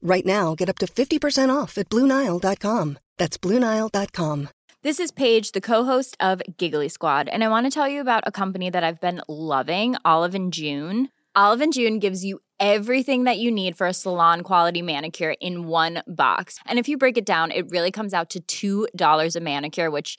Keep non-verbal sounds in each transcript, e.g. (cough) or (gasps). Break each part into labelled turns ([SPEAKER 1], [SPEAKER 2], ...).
[SPEAKER 1] Right now, get up to 50% off at BlueNile.com. That's BlueNile.com.
[SPEAKER 2] This is Paige, the co-host of Giggly Squad, and I want to tell you about a company that I've been loving, Olive and June. Olive and June gives you everything that you need for a salon quality manicure in one box. And if you break it down, it really comes out to $2 a manicure, which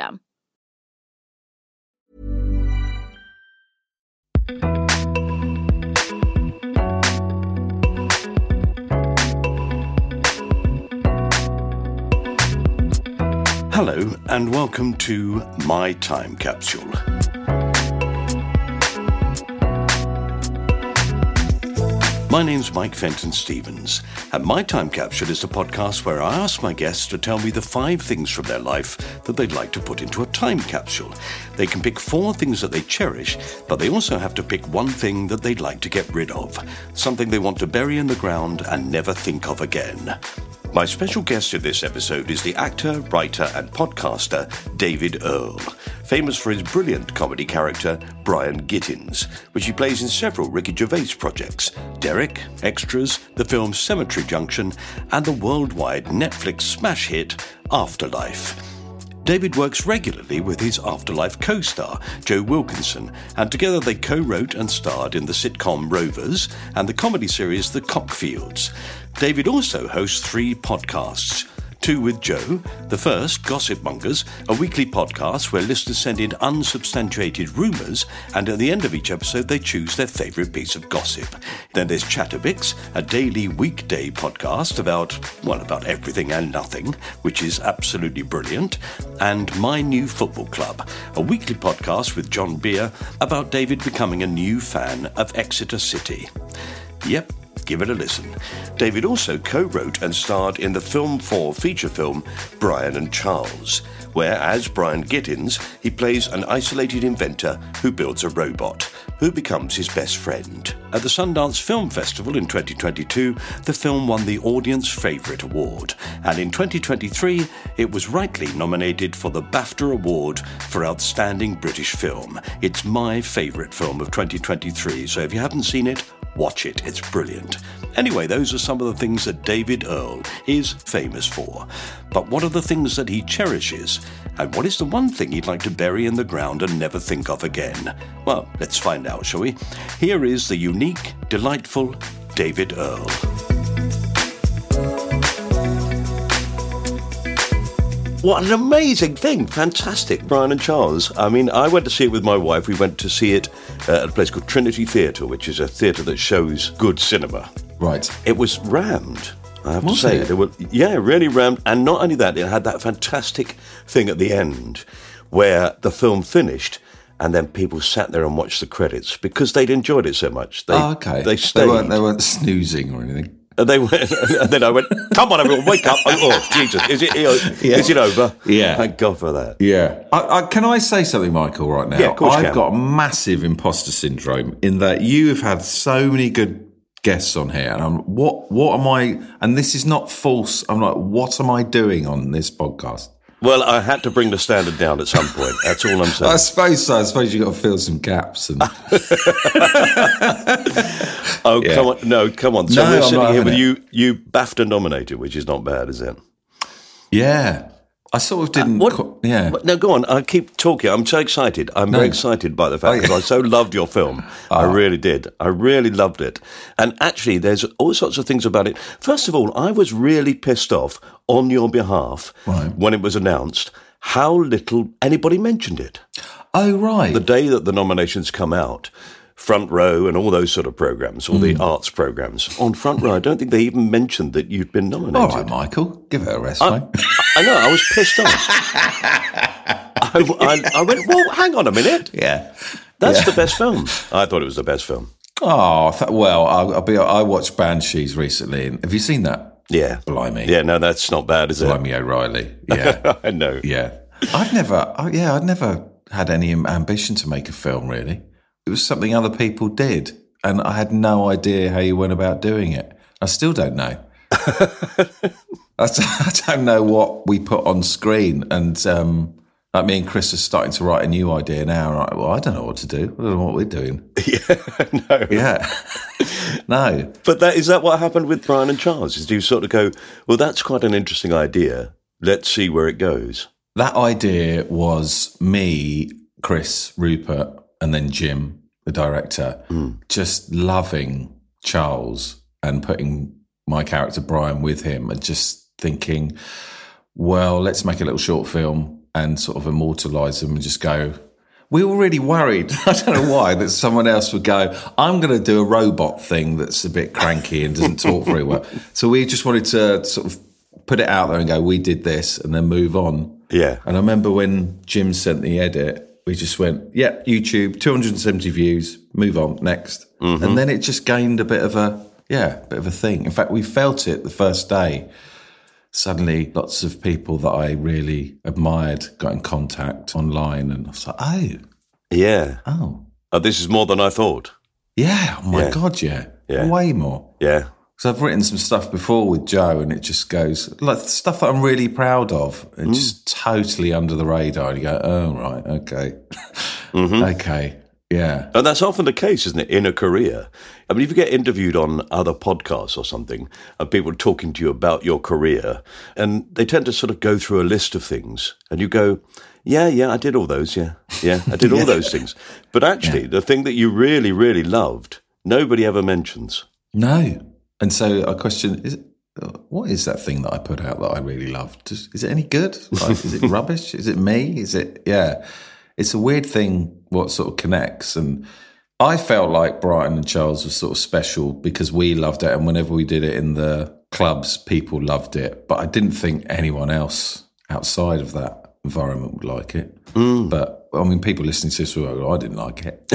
[SPEAKER 3] Hello, and welcome to My Time Capsule. My name's Mike Fenton Stevens, and My Time Capsule is the podcast where I ask my guests to tell me the five things from their life that they'd like to put into a time capsule. They can pick four things that they cherish, but they also have to pick one thing that they'd like to get rid of, something they want to bury in the ground and never think of again. My special guest in this episode is the actor, writer, and podcaster David Earle, famous for his brilliant comedy character Brian Gittins, which he plays in several Ricky Gervais projects Derek, Extras, the film Cemetery Junction, and the worldwide Netflix smash hit Afterlife. David works regularly with his Afterlife co star, Joe Wilkinson, and together they co wrote and starred in the sitcom Rovers and the comedy series The Cockfields. David also hosts three podcasts. Two with Joe. The first, Gossip Mongers, a weekly podcast where listeners send in unsubstantiated rumours, and at the end of each episode, they choose their favourite piece of gossip. Then there's Chatterbix, a daily weekday podcast about, well, about everything and nothing, which is absolutely brilliant. And My New Football Club, a weekly podcast with John Beer about David becoming a new fan of Exeter City. Yep, Give it a listen. David also co wrote and starred in the Film 4 feature film Brian and Charles, where, as Brian Gittins, he plays an isolated inventor who builds a robot, who becomes his best friend. At the Sundance Film Festival in 2022, the film won the Audience Favourite Award, and in 2023, it was rightly nominated for the BAFTA Award for Outstanding British Film. It's my favourite film of 2023, so if you haven't seen it, Watch it, it's brilliant. Anyway, those are some of the things that David Earle is famous for. But what are the things that he cherishes? And what is the one thing he'd like to bury in the ground and never think of again? Well, let's find out, shall we? Here is the unique, delightful David Earle. What an amazing thing! Fantastic, Brian and Charles. I mean, I went to see it with my wife. We went to see it uh, at a place called Trinity Theatre, which is a theatre that shows good cinema.
[SPEAKER 4] Right.
[SPEAKER 3] It was rammed. I have
[SPEAKER 4] Was
[SPEAKER 3] to say,
[SPEAKER 4] it?
[SPEAKER 3] There were, yeah, really rammed. And not only that, it had that fantastic thing at the end where the film finished, and then people sat there and watched the credits because they'd enjoyed it so much. They,
[SPEAKER 4] Oh, okay.
[SPEAKER 3] They stayed.
[SPEAKER 4] weren't, they weren't snoozing or anything.
[SPEAKER 3] And they went, (laughs) and then I went, "Come on, everyone, wake up!" Oh, oh, Jesus, is it
[SPEAKER 4] (laughs)
[SPEAKER 3] is it over?
[SPEAKER 4] Yeah.
[SPEAKER 3] Thank God for that.
[SPEAKER 4] Yeah. I, I, can I say something, Michael, right now?
[SPEAKER 3] Yeah, of course you
[SPEAKER 4] I've
[SPEAKER 3] can.
[SPEAKER 4] got massive imposter syndrome in that you have had so many good guests on here, and I'm what what am I? And this is not false. I'm like, what am I doing on this podcast?
[SPEAKER 3] Well, I had to bring the standard down at some point. That's all I'm saying.
[SPEAKER 4] I suppose so. I suppose you got to fill some gaps. And
[SPEAKER 3] Oh,
[SPEAKER 4] Yeah.
[SPEAKER 3] come on. No, come on. So
[SPEAKER 4] No,
[SPEAKER 3] we're
[SPEAKER 4] I'm
[SPEAKER 3] sitting
[SPEAKER 4] not
[SPEAKER 3] here
[SPEAKER 4] having
[SPEAKER 3] with
[SPEAKER 4] it.
[SPEAKER 3] you, you BAFTA nominated, which is not bad, is it?
[SPEAKER 4] (laughs) yeah, I sort of didn't. qu- yeah,
[SPEAKER 3] But no, go on. I keep talking. I'm so excited. I'm very excited by the fact
[SPEAKER 4] Oh,
[SPEAKER 3] that I so loved your film. I
[SPEAKER 4] Ah.
[SPEAKER 3] really did. I really loved it. And actually, there's all sorts of things about it. First of all, I was really pissed off on your behalf
[SPEAKER 4] Right.
[SPEAKER 3] when it was announced how little anybody mentioned it.
[SPEAKER 4] Oh right.
[SPEAKER 3] The day that the nominations come out, Front Row and all those sort of programs, all
[SPEAKER 4] Hmm.
[SPEAKER 3] the arts programs on Front Row, I don't think they even mentioned that you'd been nominated.
[SPEAKER 4] All right, Michael, give it a rest, mate.
[SPEAKER 3] I know. I was pissed
[SPEAKER 4] (laughs)
[SPEAKER 3] off. I, I- I went. Well, hang on a minute.
[SPEAKER 4] yeah. (laughs)
[SPEAKER 3] That's the best film. I thought it was the best film.
[SPEAKER 4] Oh th- well, I'll, I'll be. I watched Banshees recently. And have you seen that?
[SPEAKER 3] Yeah.
[SPEAKER 4] Blimey.
[SPEAKER 3] Yeah. No, that's not bad, is it?
[SPEAKER 4] Blimey O'Reilly. Yeah,
[SPEAKER 3] (laughs) I know.
[SPEAKER 4] yeah. I've never. I, yeah, I'd never had any am- ambition to make a film. Really, it was something other people did, and I had no idea how you went about doing it. I still don't know. I s- (laughs) I don't know what we put on screen, and um, like me and Chris are starting to write a new idea now. and I, well, I don't know what to do. I don't know what we're doing.
[SPEAKER 3] (laughs) Yeah. no.
[SPEAKER 4] Yeah, (laughs) no.
[SPEAKER 3] But that is that what happened with Brian and Charles? Is do you sort of go, well, that's quite an interesting idea. Let's see where it goes.
[SPEAKER 4] That idea was me, Chris, Rupert, and then Jim, the director, just loving Charles and putting my character Brian with him and just thinking, well, let's make a little short film and sort of immortalize him and just go. We were really worried. (laughs) I don't know why that someone else would go. I'm going to do a robot thing that's a bit cranky and doesn't talk very well. So we just wanted to sort of put it out there and go, we did this, and then move on.
[SPEAKER 3] Yeah.
[SPEAKER 4] And I remember when Jim sent the edit, we just went, yep, YouTube, 270 views, move on, next.
[SPEAKER 3] Mm-hmm.
[SPEAKER 4] And then it just gained a bit of a, yeah, bit of a thing. In fact, we felt it the first day. Suddenly, lots of people that I really admired got in contact online, and I was like, oh,
[SPEAKER 3] Yeah.
[SPEAKER 4] oh,
[SPEAKER 3] Uh, this is more than I thought.
[SPEAKER 4] yeah, oh my
[SPEAKER 3] Yeah.
[SPEAKER 4] God, yeah,
[SPEAKER 3] Yeah.
[SPEAKER 4] way more.
[SPEAKER 3] Yeah.
[SPEAKER 4] Because I've written some stuff before with Joe, and it just goes like stuff that I'm really proud of, and just totally under the radar. And you go, oh right, okay, (laughs) okay, yeah,
[SPEAKER 3] And that's often the case, isn't it, in a career? I mean, if you get interviewed on other podcasts or something, and people are talking to you about your career, and they tend to sort of go through a list of things, and you go, yeah, yeah, I did all those, yeah, yeah, I did
[SPEAKER 4] (laughs)
[SPEAKER 3] all those things. But actually, the thing that you really, really loved, nobody ever mentions.
[SPEAKER 4] no. And so I question: is uh, what is that thing that I put out that I really love? Does, is it any good? Like, is it rubbish? Is it me? Is it yeah? It's a weird thing what sort of connects and. I felt like Brighton and Charles was sort of special because we loved it, and whenever we did it in the clubs, people loved it. But I didn't think anyone else outside of that environment would like it. But I mean, people listening to this, were like, I didn't like it.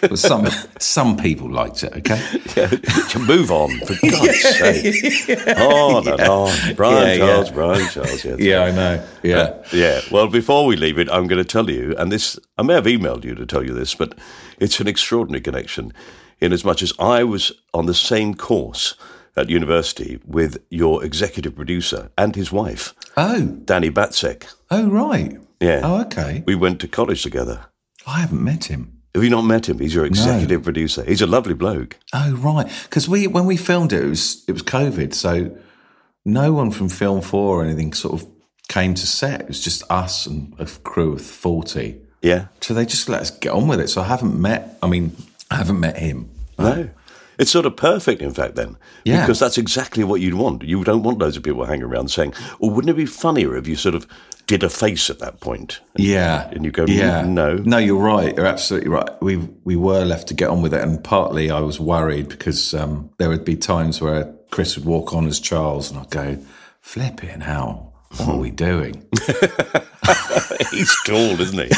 [SPEAKER 4] but some some people liked it. Okay,
[SPEAKER 3] (laughs) To move on,
[SPEAKER 4] (laughs)
[SPEAKER 3] for God's sake. On and on. Brian
[SPEAKER 4] Yeah, yeah.
[SPEAKER 3] Charles, Brian Charles,
[SPEAKER 4] (laughs)
[SPEAKER 3] yeah.
[SPEAKER 4] yeah, I know. Yeah,
[SPEAKER 3] (laughs) Yeah. Well, before we leave it, I'm going to tell you, and this, I may have emailed you to tell you this, but it's an extraordinary connection in as much as I was on the same course at university with your executive producer and his wife,
[SPEAKER 4] oh,
[SPEAKER 3] Danny Batsek.
[SPEAKER 4] oh, right.
[SPEAKER 3] Yeah.
[SPEAKER 4] Oh, okay.
[SPEAKER 3] We went to college together.
[SPEAKER 4] I haven't met him.
[SPEAKER 3] Have you not met him? He's your executive producer. He's a lovely bloke.
[SPEAKER 4] Oh right, because we when we filmed it, it was it was COVID, so no one from Film Four or anything sort of came to set. It was just us and a crew of forty.
[SPEAKER 3] Yeah.
[SPEAKER 4] So they just let us get on with it. So I haven't met. I mean, I haven't met him.
[SPEAKER 3] No. It's sort of perfect, in fact, then,
[SPEAKER 4] Oh. Yeah.
[SPEAKER 3] because that's exactly what you'd want. You don't want loads of people hanging around saying, "Oh, wouldn't it be funnier if you sort of did a face at that point?"
[SPEAKER 4] Yeah,
[SPEAKER 3] And you go, "Mm,
[SPEAKER 4] yeah,
[SPEAKER 3] "No."
[SPEAKER 4] no, you're right. You're absolutely right. We we were left to get on with it, and partly I was worried because um, there would be times where Chris would walk on as Charles, and I'd go, "Flipping hell, what are
[SPEAKER 3] (laughs)
[SPEAKER 4] we doing?"
[SPEAKER 3] He's tall, isn't he?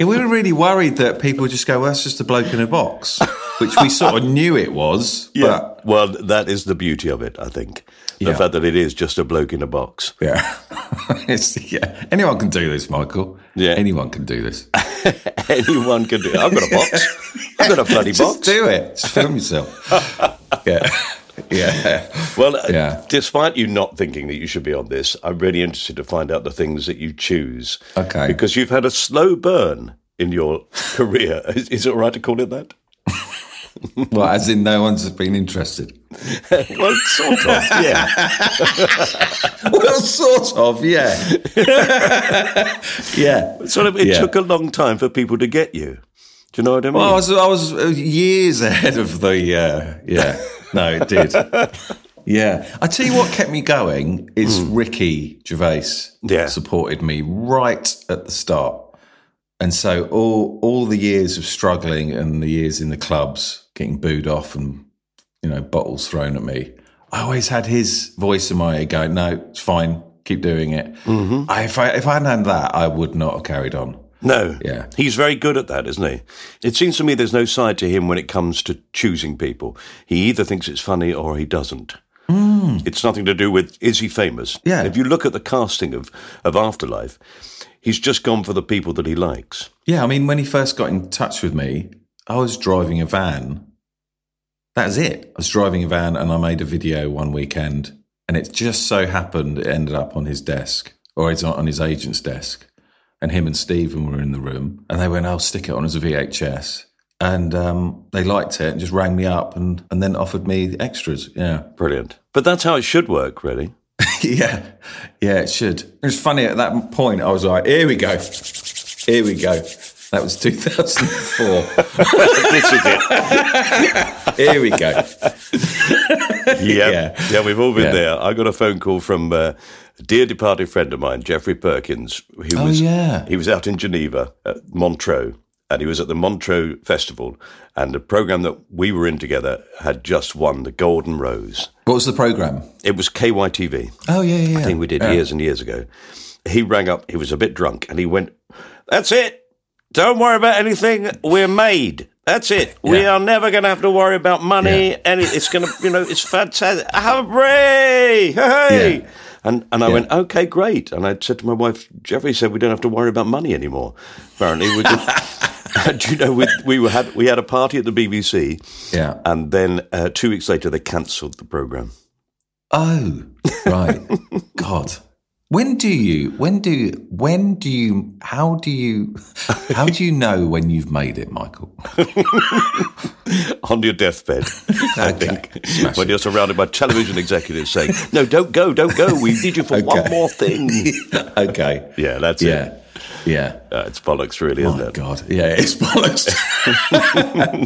[SPEAKER 4] Yeah, we were really worried that people would just go, well, that's just a bloke in a box, which we sort of knew it was. But
[SPEAKER 3] well, that is the beauty of it, I think. The
[SPEAKER 4] Yeah.
[SPEAKER 3] fact that it is just a bloke in a box.
[SPEAKER 4] yeah. (laughs) it's, yeah. Anyone can do this, Michael.
[SPEAKER 3] Yeah.
[SPEAKER 4] Anyone can do this.
[SPEAKER 3] (laughs) Anyone can do it. I've got a box. I've got a bloody
[SPEAKER 4] Just
[SPEAKER 3] box. (laughs)
[SPEAKER 4] do it. Just film yourself. yeah, (laughs) yeah.
[SPEAKER 3] Well, uh,
[SPEAKER 4] Yeah.
[SPEAKER 3] despite you not thinking that you should be on this, I'm really interested to find out the things that you choose.
[SPEAKER 4] Okay.
[SPEAKER 3] Because you've had a slow burn in your (laughs) career. Is, is it all right to call it that?
[SPEAKER 4] Well, as in, no one's been interested. (laughs)
[SPEAKER 3] well, sort of, yeah.
[SPEAKER 4] well, sort of, yeah, yeah.
[SPEAKER 3] Sort of, it
[SPEAKER 4] Yeah.
[SPEAKER 3] took a long time for people to get you. Do you know what I mean?
[SPEAKER 4] Well, I was, I was uh, years (laughs) ahead of the. Uh, yeah, no, it (laughs) did. Yeah, I tell you what kept me going is Ricky Gervais.
[SPEAKER 3] Yeah.
[SPEAKER 4] supported me right at the start, and so all all the years of struggling and the years in the clubs getting booed off and you know bottles thrown at me, I always had his voice in my ear going, "No, it's fine, keep doing it." Mm-hmm. I, if I if I hadn't had that, I would not have carried on.
[SPEAKER 3] No.
[SPEAKER 4] Yeah.
[SPEAKER 3] He's very good at that, isn't he? It seems to me there's no side to him when it comes to choosing people. He either thinks it's funny or he doesn't. It's nothing to do with is he famous?
[SPEAKER 4] Hmm. Yeah.
[SPEAKER 3] If you look at the casting of, of Afterlife, he's just gone for the people that he likes.
[SPEAKER 4] Yeah, I mean, when he first got in touch with me, I was driving a van. That's it. I was driving a van and I made a video one weekend, and it just so happened it ended up on his desk or it's on his agent's desk. And him and Stephen were in the room, and they went, "I'll stick it on as a VHS." And um, they liked it and just rang me up and, and then offered me extras. Yeah. (laughs)
[SPEAKER 3] Brilliant. But that's how it should work, really.
[SPEAKER 4] yeah. Yeah, it should. It was funny at that point. I was like, here we go. Here we go. That was 2004.
[SPEAKER 3] this is it.
[SPEAKER 4] here we go.
[SPEAKER 3] (laughs) Yeah. yeah.
[SPEAKER 4] Yeah.
[SPEAKER 3] we've all been
[SPEAKER 4] Yeah.
[SPEAKER 3] there. I got a phone call from uh, a dear departed friend of mine, Jeffrey Perkins, who
[SPEAKER 4] Oh,
[SPEAKER 3] was
[SPEAKER 4] yeah.
[SPEAKER 3] he was out in Geneva at Montreux. And he was at the Montreux Festival, and the program that we were in together had just won the Golden Rose.
[SPEAKER 4] (laughs) What was the program?
[SPEAKER 3] It was KYTV.
[SPEAKER 4] Oh, yeah, yeah. yeah.
[SPEAKER 3] thing we did years and years ago. He rang up, he was a bit drunk, and he went, That's it. Don't worry about anything. We're made. That's it. We
[SPEAKER 4] Yeah.
[SPEAKER 3] are never going to have to worry about money. And it- it's going to, you know, it's fantastic. Hooray! Hey!
[SPEAKER 4] Yeah.
[SPEAKER 3] And, and I went, okay, great. And I said to my wife, Jeffrey said we don't have to worry about money anymore. Apparently, we
[SPEAKER 4] (laughs)
[SPEAKER 3] could. (laughs) Do you know, we, we, were, had, we had a party at the BBC,
[SPEAKER 4] Yeah.
[SPEAKER 3] and then uh, two weeks later, they cancelled the programme.
[SPEAKER 4] Oh, right. (laughs) God. When do you, when do you, when do you, how do you, how do you know when you've made it, Michael?
[SPEAKER 3] on your
[SPEAKER 4] (laughs)
[SPEAKER 3] deathbed. I think
[SPEAKER 4] Smash
[SPEAKER 3] when
[SPEAKER 4] it.
[SPEAKER 3] you're surrounded by television executives saying, "No, don't go, don't go. We need you for one
[SPEAKER 4] Okay.
[SPEAKER 3] more
[SPEAKER 4] (laughs)
[SPEAKER 3] thing."
[SPEAKER 4] (laughs) okay.
[SPEAKER 3] Yeah, that's it.
[SPEAKER 4] Yeah. Yeah.
[SPEAKER 3] Uh, it's bollocks, really, isn't
[SPEAKER 4] My
[SPEAKER 3] it?
[SPEAKER 4] Oh, God, yeah,
[SPEAKER 3] (laughs)
[SPEAKER 4] it's (laughs) bollocks.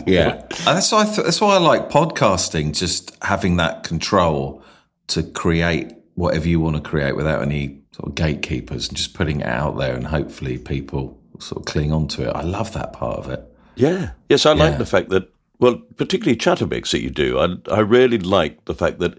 [SPEAKER 4] yeah, And Uh, that's why I th- that's why I like podcasting. Just having that control to create whatever you want to create without any sort of gatekeepers, and just putting it out there, and hopefully people sort of cling on to it. I love that part of it.
[SPEAKER 3] Yeah. Yes, I like
[SPEAKER 4] Yeah.
[SPEAKER 3] the fact that. Well, particularly Chattermix that you do, I I really like the fact that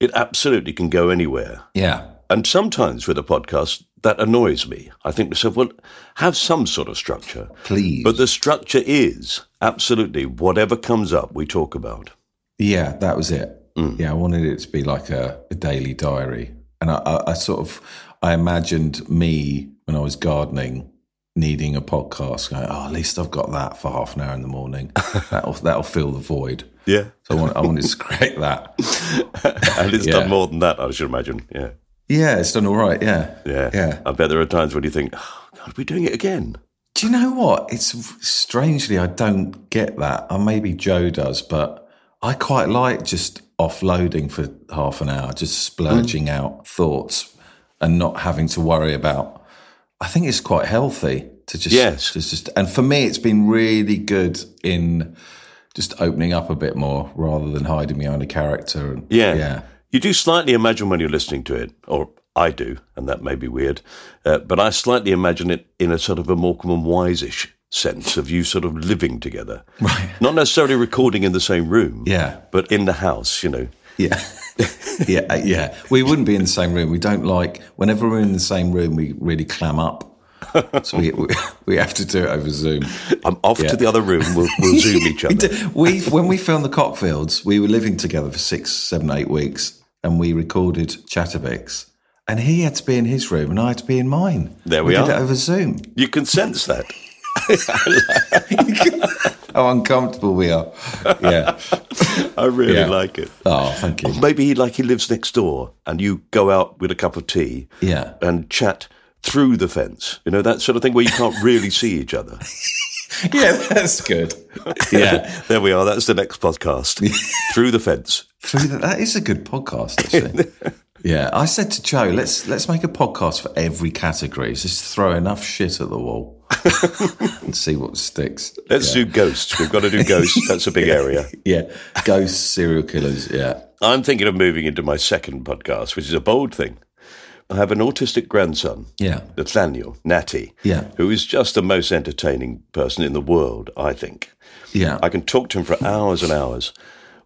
[SPEAKER 3] it absolutely can go anywhere.
[SPEAKER 4] Yeah,
[SPEAKER 3] And sometimes with a podcast, that annoys me. I think to myself, well, have some sort of structure.
[SPEAKER 4] please.
[SPEAKER 3] But the structure is absolutely whatever comes up, we talk about.
[SPEAKER 4] Yeah, that was it. Yeah, I wanted it to be like a, a daily diary. And I, I, I sort of, I imagined me when I was gardening needing a podcast going, oh, at least I've got that for half an hour in the morning. That'll, that'll fill the void.
[SPEAKER 3] Yeah.
[SPEAKER 4] So I, want, I wanted to (laughs) create that.
[SPEAKER 3] and it's
[SPEAKER 4] Yeah.
[SPEAKER 3] done more than that, I should imagine. Yeah,
[SPEAKER 4] Yeah, it's done all right. Yeah.
[SPEAKER 3] yeah,
[SPEAKER 4] Yeah.
[SPEAKER 3] I bet there are times when you think, oh, "God, we're doing it again."
[SPEAKER 4] Do you know what? It's strangely, I don't get that. Or maybe Joe does, but I quite like just offloading for half an hour, just splurging
[SPEAKER 3] Mm.
[SPEAKER 4] out thoughts and not having to worry about. I think it's quite healthy to just,
[SPEAKER 3] Yes.
[SPEAKER 4] just, just and for me, it's been really good in just opening up a bit more rather than hiding behind a character. And,
[SPEAKER 3] Yeah,
[SPEAKER 4] Yeah.
[SPEAKER 3] You do slightly imagine when you're listening to it, or I do, and that may be weird, uh, but I slightly imagine it in a sort of a Morecambe and Wise-ish sense of you sort of living together,
[SPEAKER 4] Right.
[SPEAKER 3] not necessarily recording in the same room,
[SPEAKER 4] Yeah.
[SPEAKER 3] but in the house, you know.
[SPEAKER 4] Yeah. (laughs) yeah, uh, yeah. We wouldn't be in the same room. We don't like whenever we're in the same room, we really clam up. So we (laughs) we, we have to do it over Zoom.
[SPEAKER 3] I'm off to
[SPEAKER 4] Yeah.
[SPEAKER 3] the other room. We'll, we'll
[SPEAKER 4] (laughs)
[SPEAKER 3] zoom each
[SPEAKER 4] We
[SPEAKER 3] other.
[SPEAKER 4] do- we when we filmed the Cockfields, we were living together for six, seven, eight weeks, and we recorded Chatterbix. And he had to be in his room, and I had to be in mine.
[SPEAKER 3] There we
[SPEAKER 4] Did
[SPEAKER 3] are.
[SPEAKER 4] it over Zoom.
[SPEAKER 3] You can sense that.
[SPEAKER 4] how uncomfortable we are. Yeah. (laughs)
[SPEAKER 3] I really
[SPEAKER 4] Yeah.
[SPEAKER 3] like it.
[SPEAKER 4] Oh, thank you.
[SPEAKER 3] Or maybe he like he lives next door, and you go out with a cup of tea
[SPEAKER 4] Yeah.
[SPEAKER 3] and chat through the fence. You know that sort of thing where you can't really see each
[SPEAKER 4] (laughs)
[SPEAKER 3] other.
[SPEAKER 4] Yeah, that's good. Yeah.
[SPEAKER 3] there we are. That's the next
[SPEAKER 4] (laughs)
[SPEAKER 3] podcast. through the fence.
[SPEAKER 4] Through that, that is a good
[SPEAKER 3] (laughs)
[SPEAKER 4] podcast, actually. yeah, I said to Joe, let's let's make a podcast for every category. Just throw enough shit at the wall (laughs) and see what sticks.
[SPEAKER 3] Let's do ghosts. We've got to do ghosts. That's a big area.
[SPEAKER 4] (laughs) Yeah, ghosts, serial killers. Yeah,
[SPEAKER 3] I'm thinking of moving into my second podcast, which is a bold thing. I have an autistic grandson,
[SPEAKER 4] yeah,
[SPEAKER 3] Nathaniel, Natty,
[SPEAKER 4] Yeah.
[SPEAKER 3] who is just the most entertaining person in the world, I think.
[SPEAKER 4] yeah.
[SPEAKER 3] I can talk to him for hours and hours.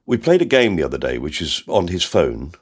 [SPEAKER 3] We played a game the other day, which is on his phone,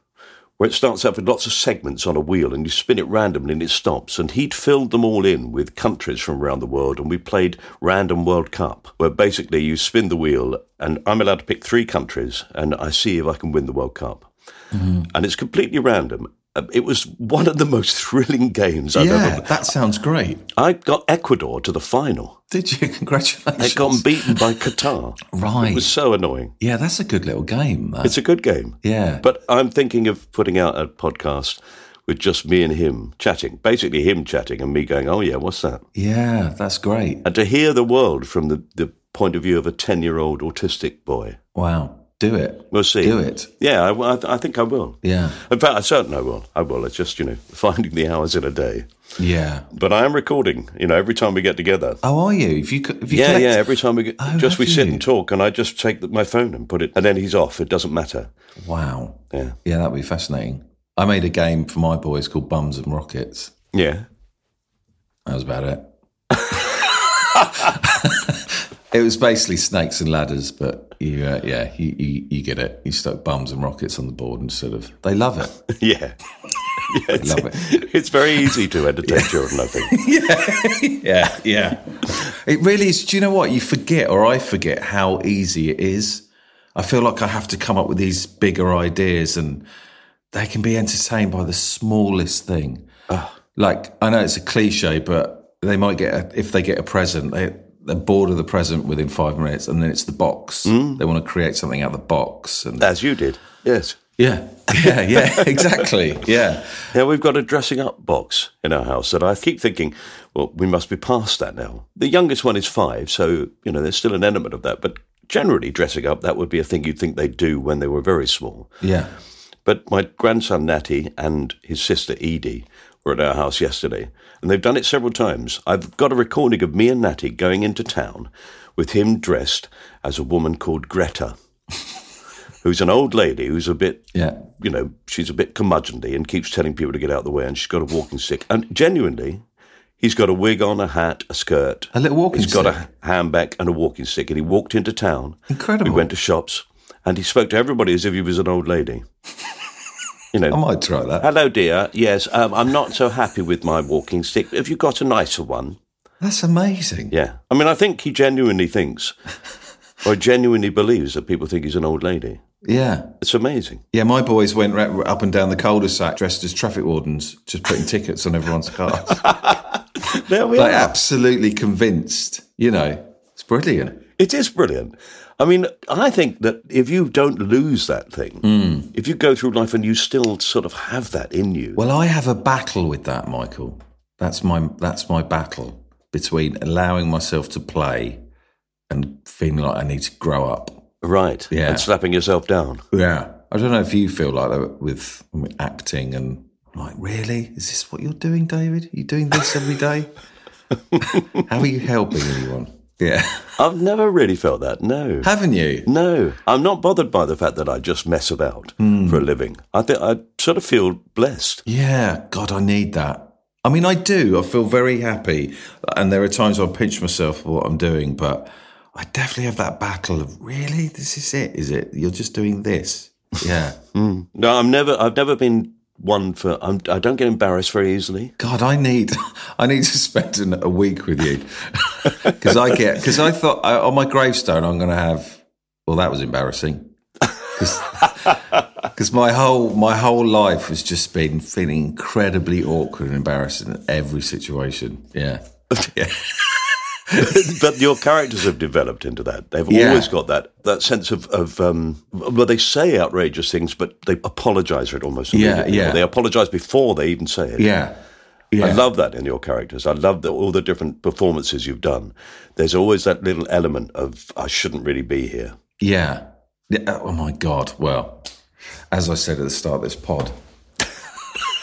[SPEAKER 3] where it starts up with lots of segments on a wheel and you spin it randomly and it stops. And he'd filled them all in with countries from around the world. And we played Random World Cup, where basically you spin the wheel and I'm allowed to pick three countries and I see if I can win the World Cup.
[SPEAKER 4] Mm-hmm.
[SPEAKER 3] And it's completely random. Uh, It was one of the most (laughs) thrilling games I've
[SPEAKER 4] yeah,
[SPEAKER 3] ever.
[SPEAKER 4] that sounds great.
[SPEAKER 3] I got Ecuador to the final.
[SPEAKER 4] Did you? (laughs) Congratulations.
[SPEAKER 3] They'd gotten beaten
[SPEAKER 4] (laughs)
[SPEAKER 3] by Qatar. It
[SPEAKER 4] right.
[SPEAKER 3] was so annoying.
[SPEAKER 4] yeah, that's a good little game. That.
[SPEAKER 3] It's a good game.
[SPEAKER 4] yeah,
[SPEAKER 3] But I'm thinking of putting out a podcast with just me and him chatting, basically him chatting and me going, oh, yeah, what's that?
[SPEAKER 4] yeah, that's great.
[SPEAKER 3] And to hear the world from the, the point of view of a 10 year old autistic boy.
[SPEAKER 4] Wow, do it.
[SPEAKER 3] We'll see.
[SPEAKER 4] Do it.
[SPEAKER 3] Yeah, I, I- I think I will.
[SPEAKER 4] Yeah,
[SPEAKER 3] In fact, I'm certain I will. I will. It's just, you know, (laughs) finding the hours in a day.
[SPEAKER 4] yeah.
[SPEAKER 3] But I am recording, you know, every time we get together.
[SPEAKER 4] Oh, are you? If you, co- if you
[SPEAKER 3] yeah,
[SPEAKER 4] collect-
[SPEAKER 3] yeah, every time we get,
[SPEAKER 4] Oh,
[SPEAKER 3] just we
[SPEAKER 4] have
[SPEAKER 3] sit
[SPEAKER 4] you?
[SPEAKER 3] and talk and I just take the, my phone and put it, and then he's off. It doesn't matter.
[SPEAKER 4] Wow.
[SPEAKER 3] Yeah.
[SPEAKER 4] Yeah, that'd be fascinating. I made a game for my boys called Bums and Rockets.
[SPEAKER 3] Yeah.
[SPEAKER 4] That was about it. (laughs) it was basically snakes and ladders, but you, uh, yeah, you, you, you get it. You stuck bums and rockets on the board and sort of, they love it. (laughs)
[SPEAKER 3] Yeah. yeah it's,
[SPEAKER 4] love it.
[SPEAKER 3] it's very easy
[SPEAKER 4] (laughs)
[SPEAKER 3] to entertain children, I think.
[SPEAKER 4] yeah, yeah. (laughs) It really is. Do you know what? You forget, or I forget, how easy it is. I feel like I have to come up with these bigger ideas and they can be entertained by the smallest thing. Like I know it's a cliche, but they might get a, if they get a present, they they're bored of the present within five minutes, and then it's the box.
[SPEAKER 3] Mm.
[SPEAKER 4] They want to create something out of the box, and
[SPEAKER 3] As you did. Yes.
[SPEAKER 4] yeah, yeah, yeah, (laughs) exactly, yeah,
[SPEAKER 3] Now we've got a dressing up box in our house that I keep thinking, well, we must be past that now. The youngest one is five, so, you know, there's still an element of that. But generally, dressing up, that would be a thing you'd think they'd do when they were very small.
[SPEAKER 4] yeah.
[SPEAKER 3] But my grandson Natty and his sister Edie were at our house yesterday, and they've done it several times. I've got a recording of me and Natty going into town with him dressed as a woman called Greta, (laughs) who's an old lady who's a bit,
[SPEAKER 4] Yeah.
[SPEAKER 3] you know, she's a bit curmudgeonly and keeps telling people to get out of the way, and she's got a walking stick. And genuinely, he's got a wig on, a hat, a skirt.
[SPEAKER 4] A little walking
[SPEAKER 3] He's got
[SPEAKER 4] stick.
[SPEAKER 3] a handbag and a walking stick, and he walked into town.
[SPEAKER 4] Incredible.
[SPEAKER 3] We went to shops, and he spoke to everybody as if he was an old lady. You
[SPEAKER 4] (laughs)
[SPEAKER 3] know,
[SPEAKER 4] I might try that.
[SPEAKER 3] hello, dear. Yes, um, I'm not so happy with my walking stick. Have you got a nicer one?
[SPEAKER 4] That's amazing.
[SPEAKER 3] Yeah. I mean, I think he genuinely
[SPEAKER 4] (laughs)
[SPEAKER 3] thinks, or genuinely believes that people think he's an old lady.
[SPEAKER 4] yeah.
[SPEAKER 3] It's amazing.
[SPEAKER 4] Yeah, my boys went ra- up and down the cul-de-sac dressed as traffic wardens, just putting tickets on everyone's cars. (laughs)
[SPEAKER 3] There we
[SPEAKER 4] like absolutely convinced, you know. It's brilliant.
[SPEAKER 3] It is brilliant. I mean, I think that if you don't lose that thing,
[SPEAKER 4] Hmm.
[SPEAKER 3] if you go through life and you still sort of have that in you,
[SPEAKER 4] Well, I have a battle with that, Michael. That's my that's my battle between allowing myself to play and feeling like I need to grow up.
[SPEAKER 3] right,
[SPEAKER 4] Yeah.
[SPEAKER 3] and slapping yourself down.
[SPEAKER 4] Yeah. I don't know if you feel like that with with acting and I'm like, really? Is this what you're doing, David? Are you doing this every (laughs) day? How are you helping anyone? Yeah.
[SPEAKER 3] I've never really felt that, no.
[SPEAKER 4] Haven't you?
[SPEAKER 3] No, I'm not bothered by the fact that I just mess about
[SPEAKER 4] Hmm.
[SPEAKER 3] for a living. I think I sort of feel blessed.
[SPEAKER 4] Yeah, God, I need that. I mean, I do. I feel very happy. And there are times I pinch myself for what I'm doing, but I definitely have that battle of really, this is it, is it? You're just doing this. Yeah.
[SPEAKER 3] No, I'm never. I've never been one for. I'm, I don't get embarrassed very easily. (laughs)
[SPEAKER 4] God, I need, (laughs) I need to spend an, a week with you (laughs) because I get because I thought I, on my gravestone I'm going to have. Well, that was embarrassing because my whole my whole life has just been feeling incredibly awkward and embarrassing in every situation. Yeah, yeah.
[SPEAKER 3] but your characters have developed into that. They've
[SPEAKER 4] Yeah.
[SPEAKER 3] always got that that sense of of um, well, they say outrageous things, but they apologise for it almost.
[SPEAKER 4] Yeah,
[SPEAKER 3] immediately.
[SPEAKER 4] yeah.
[SPEAKER 3] Or They apologise before they even say it.
[SPEAKER 4] Yeah. Yeah.
[SPEAKER 3] I love that in your characters. I love the, all the different performances you've done. There's always that little element of I shouldn't really be here. (laughs)
[SPEAKER 4] Yeah. Yeah, Oh my God. Well, as I said at the start of this pod.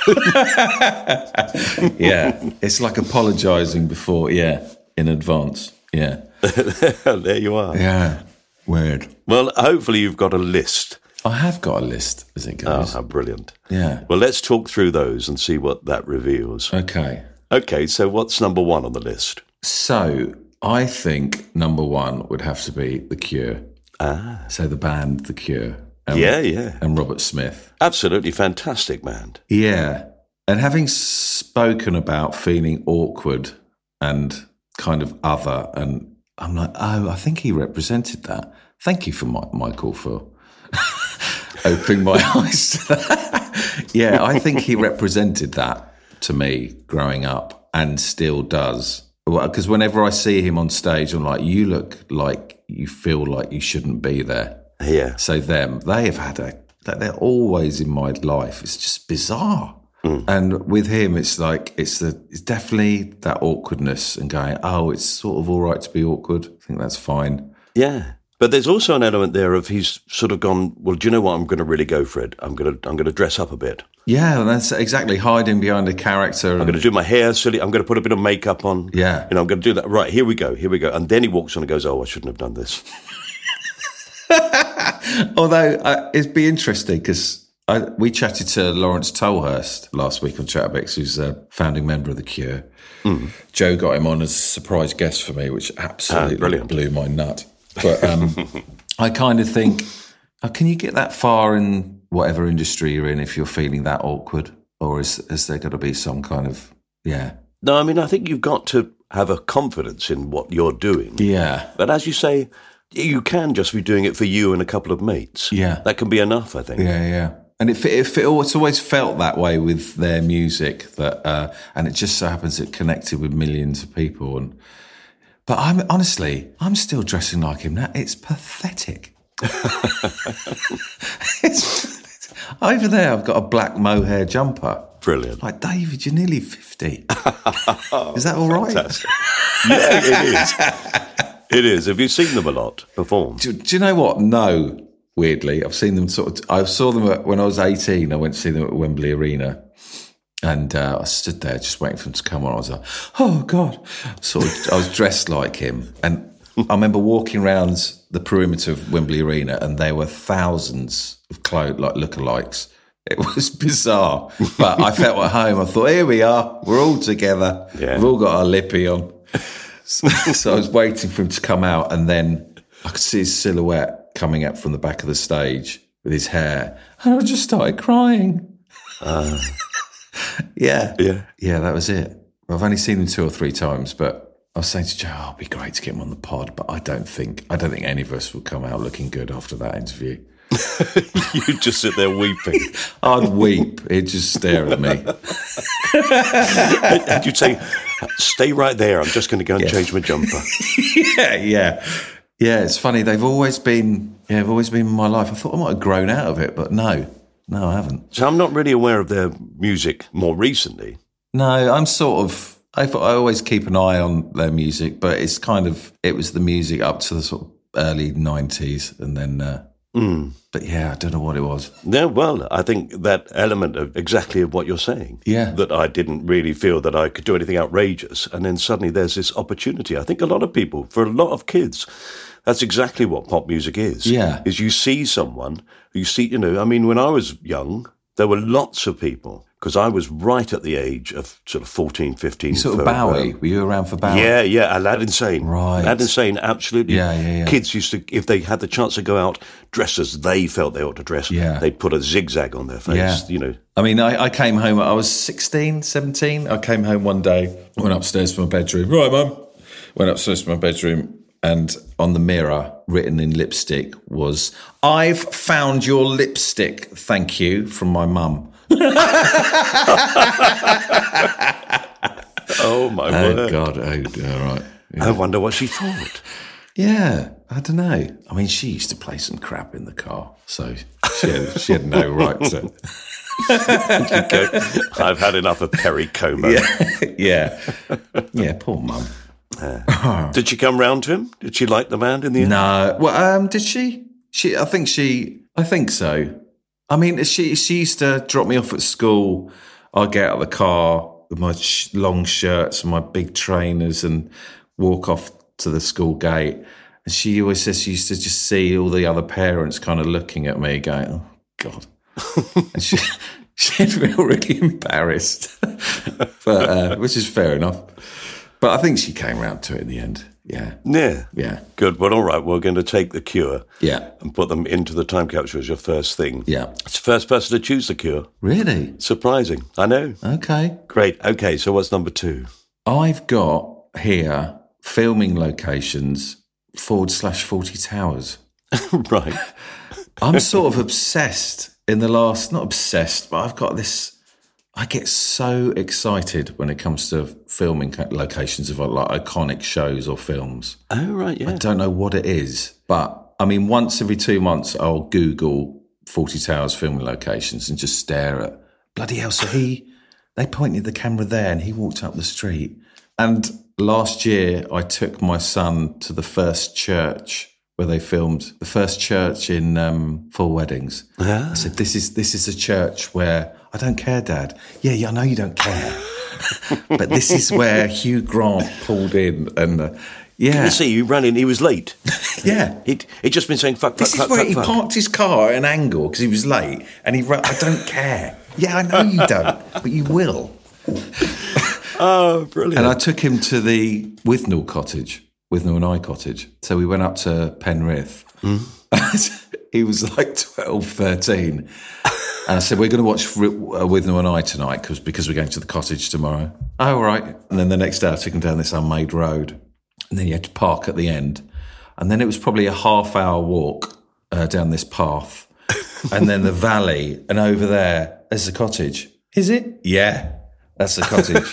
[SPEAKER 4] (laughs) yeah. It's like apologizing before, yeah, in advance. Yeah.
[SPEAKER 3] there you are.
[SPEAKER 4] Yeah. Weird.
[SPEAKER 3] Well, hopefully you've got a list.
[SPEAKER 4] I have got a list as it
[SPEAKER 3] Oh,
[SPEAKER 4] goes.
[SPEAKER 3] how brilliant!
[SPEAKER 4] yeah.
[SPEAKER 3] Well, let's talk through those and see what that reveals.
[SPEAKER 4] Okay.
[SPEAKER 3] Okay, so what's number one on the list?
[SPEAKER 4] So I think number one would have to be The Cure. Ah. So the band The Cure. And,
[SPEAKER 3] Yeah, yeah,
[SPEAKER 4] And Robert Smith.
[SPEAKER 3] absolutely fantastic, man.
[SPEAKER 4] Yeah. And having spoken about feeling awkward and kind of other, and I'm like, oh, I think he represented that. Thank you for Mi- Michael for (laughs) opening my (laughs) eyes. to that. yeah, I think he represented that to me growing up and still does. Because whenever I see him on stage, I'm like, you look like you feel like you shouldn't be there.
[SPEAKER 3] Yeah,
[SPEAKER 4] So them, they have had a like they're always in my life. It's just bizarre. And with him, it's like it's the it's definitely that awkwardness and going, oh, it's sort of all right to be awkward. I think that's fine.
[SPEAKER 3] yeah. But there's also an element there of he's sort of gone. Well, do you know what? I'm going to really go for it. I'm going to I'm going to dress up a bit.
[SPEAKER 4] Yeah, and that's exactly hiding behind a character.
[SPEAKER 3] I'm
[SPEAKER 4] And,
[SPEAKER 3] going to do my hair silly. I'm going to put a bit of makeup on.
[SPEAKER 4] Yeah.
[SPEAKER 3] you know, I'm going to do that. Right here we go. Here we go. And then he walks on and goes, "Oh, I shouldn't have done this."
[SPEAKER 4] although uh, it'd be interesting because. we chatted to Lawrence Tolhurst last week on Chatterbox, who's a founding member of The Cure. Joe got him on as a surprise guest for me, which absolutely
[SPEAKER 3] brilliant.
[SPEAKER 4] blew my nut. But um, I kind of think, oh, can you get that far in whatever industry you're in if you're feeling that awkward? Or is, is there got to be some kind of, yeah.
[SPEAKER 3] No, I mean, I think you've got to have a confidence in what you're doing.
[SPEAKER 4] Yeah.
[SPEAKER 3] But as you say, you can just be doing it for you and a couple of mates.
[SPEAKER 4] Yeah.
[SPEAKER 3] that can be enough. I think.
[SPEAKER 4] Yeah, yeah. And it, fe- it, fe- it's always felt that way with their music that, uh, and it just so happens it connected with millions of people. And but I'm honestly, I'm still dressing like him now. It's pathetic. (laughs) it's, over there, I've got a black mohair jumper.
[SPEAKER 3] Brilliant.
[SPEAKER 4] Like David, you're nearly fifty. (laughs) Is that all right?
[SPEAKER 3] yeah, it is.
[SPEAKER 4] (laughs)
[SPEAKER 3] It is. Have you seen them a lot perform?
[SPEAKER 4] do, do you know what? No, weirdly, I've seen them sort of. I saw them at, when I was eighteen. I went to see them at Wembley Arena, and uh, I stood there just waiting for them to come on. I was like, oh god, sort of. I was dressed like him, and I remember walking around the perimeter of Wembley Arena, and there were thousands of clothes like lookalikes. It was (laughs) bizarre, but I felt at home. I thought, here we are. We're all together.
[SPEAKER 3] Yeah.
[SPEAKER 4] We've all got our lippy on. So, (laughs) so I was waiting for him to come out, and then I could see his silhouette coming up from the back of the stage with his hair, and I just started crying. (laughs) yeah,
[SPEAKER 3] Yeah. (laughs)
[SPEAKER 4] yeah, that was it. I've only seen him two or three times, but I was saying to Joe, oh, "It'd be great to get him on the pod," but I don't think I don't think any of us would come out looking good after that interview.
[SPEAKER 3] You just sit there
[SPEAKER 4] (laughs)
[SPEAKER 3] weeping.
[SPEAKER 4] I'd weep. He'd just stare at me.
[SPEAKER 3] and you'd say, "Stay right there. I'm just going to go and change my jumper."
[SPEAKER 4] yeah, yeah, yeah. It's funny. They've always been, yeah, they've always been in my life. I thought I might have grown out of it, but no, no, I haven't.
[SPEAKER 3] So I'm not really aware of their music more recently.
[SPEAKER 4] No, I'm sort of. I, thought- I always keep an eye on their music, but it's kind of it was the music up to the sort of early '90s, and then. Uh, But yeah, I don't know what it was.
[SPEAKER 3] No, well, I think that element of exactly of what you're saying.
[SPEAKER 4] Yeah.
[SPEAKER 3] That I didn't really feel that I could do anything outrageous. And then suddenly there's this opportunity. I think a lot of people, for a lot of kids, that's exactly what pop music is.
[SPEAKER 4] Yeah.
[SPEAKER 3] Is you see someone, you see, you know, I mean, when I was young, there were lots of people because I was right at the age of sort of 14, 15.
[SPEAKER 4] You sort
[SPEAKER 3] for, um,
[SPEAKER 4] of Bowie. Were you around for Bowie?
[SPEAKER 3] Yeah, yeah, Aladdin Sane.
[SPEAKER 4] Right.
[SPEAKER 3] Aladdin Sane, absolutely.
[SPEAKER 4] Yeah, yeah, yeah.
[SPEAKER 3] Kids used to, if they had the chance to go out dressed as they felt they ought to dress,
[SPEAKER 4] Yeah.
[SPEAKER 3] they'd put a zigzag on their face,
[SPEAKER 4] Yeah.
[SPEAKER 3] you know.
[SPEAKER 4] I mean, I, I came home, I was 16, 17. I came home one day, went upstairs to my bedroom. Right, mum. Went upstairs to my bedroom, and on the mirror, written in lipstick, was, I've found your lipstick. Thank you from my mum.
[SPEAKER 3] Oh, my
[SPEAKER 4] Oh,
[SPEAKER 3] word.
[SPEAKER 4] God. Oh, all right.
[SPEAKER 3] Oh, I wonder what she thought.
[SPEAKER 4] Yeah, I don't know. I mean, she used to play some crap in the car, so she had, she had no right to. (laughs)
[SPEAKER 3] Okay. I've had enough of Perry Como.
[SPEAKER 4] yeah, yeah. Poor mum.
[SPEAKER 3] (laughs) Did she come round to him? Did she like the man in the end?
[SPEAKER 4] No, well, um, did she? She, I think she, I think so. I mean, she she used to drop me off at school. I'd get out of the car with my sh- long shirts and my big trainers and walk off to the school gate. And she always says she used to just see all the other parents kind of looking at me, going, "Oh God." and she she'd feel really embarrassed, (laughs) but uh, which is fair enough. But I think she came round to it in the end. Yeah,
[SPEAKER 3] Yeah.
[SPEAKER 4] yeah,
[SPEAKER 3] Good. Well, all right. We're going to take the cure
[SPEAKER 4] yeah,
[SPEAKER 3] and put them into the time capsule as your first thing.
[SPEAKER 4] yeah.
[SPEAKER 3] It's the first person to choose the cure.
[SPEAKER 4] Really?
[SPEAKER 3] Surprising. I know.
[SPEAKER 4] Okay.
[SPEAKER 3] Great. Okay. So what's number two? (laughs)
[SPEAKER 4] I've got here filming locations forward slash 40 towers. (laughs)
[SPEAKER 3] right.
[SPEAKER 4] I'm sort of obsessed in the last, not obsessed, but I've got this. I get so excited when it comes to filming co- locations of like iconic shows or films.
[SPEAKER 3] Oh, right. Yeah.
[SPEAKER 4] I don't know what it is, but I mean, once every two months, I'll Google 40 Towers filming locations and just stare at bloody hell. So he, they pointed the camera there and he walked up the street. And last year, I took my son to the first church where they filmed the first church in um, Four Weddings. I said, "This is this is a church where I don't care, Dad. Yeah, yeah, I know you don't care, but this is where Hugh Grant pulled in and." Uh, yeah,
[SPEAKER 3] You see, you ran in. He was late.
[SPEAKER 4] yeah.
[SPEAKER 3] He'd, he'd just been saying, fuck, fuck,
[SPEAKER 4] This is
[SPEAKER 3] fuck,
[SPEAKER 4] where
[SPEAKER 3] fuck,
[SPEAKER 4] he
[SPEAKER 3] fuck.
[SPEAKER 4] parked his car at an angle because he was late and he wrote, I don't care. Yeah, I know you don't, but you will.
[SPEAKER 3] oh, brilliant.
[SPEAKER 4] And I took him to the Withnall Cottage, Withnall and I Cottage. So we went up to Penrith. (laughs) he was like 12, 13. And I said, We're going to watch Ri- uh, Withnall and I tonight cause, because we're going to the cottage tomorrow. Oh, all right. And then the next day, I took him down this unmade road. And then you had to park at the end. And then it was probably a half hour walk uh, down this path. (laughs) and then the valley. And over there, there's the cottage. Is it? Yeah, that's the (laughs) cottage.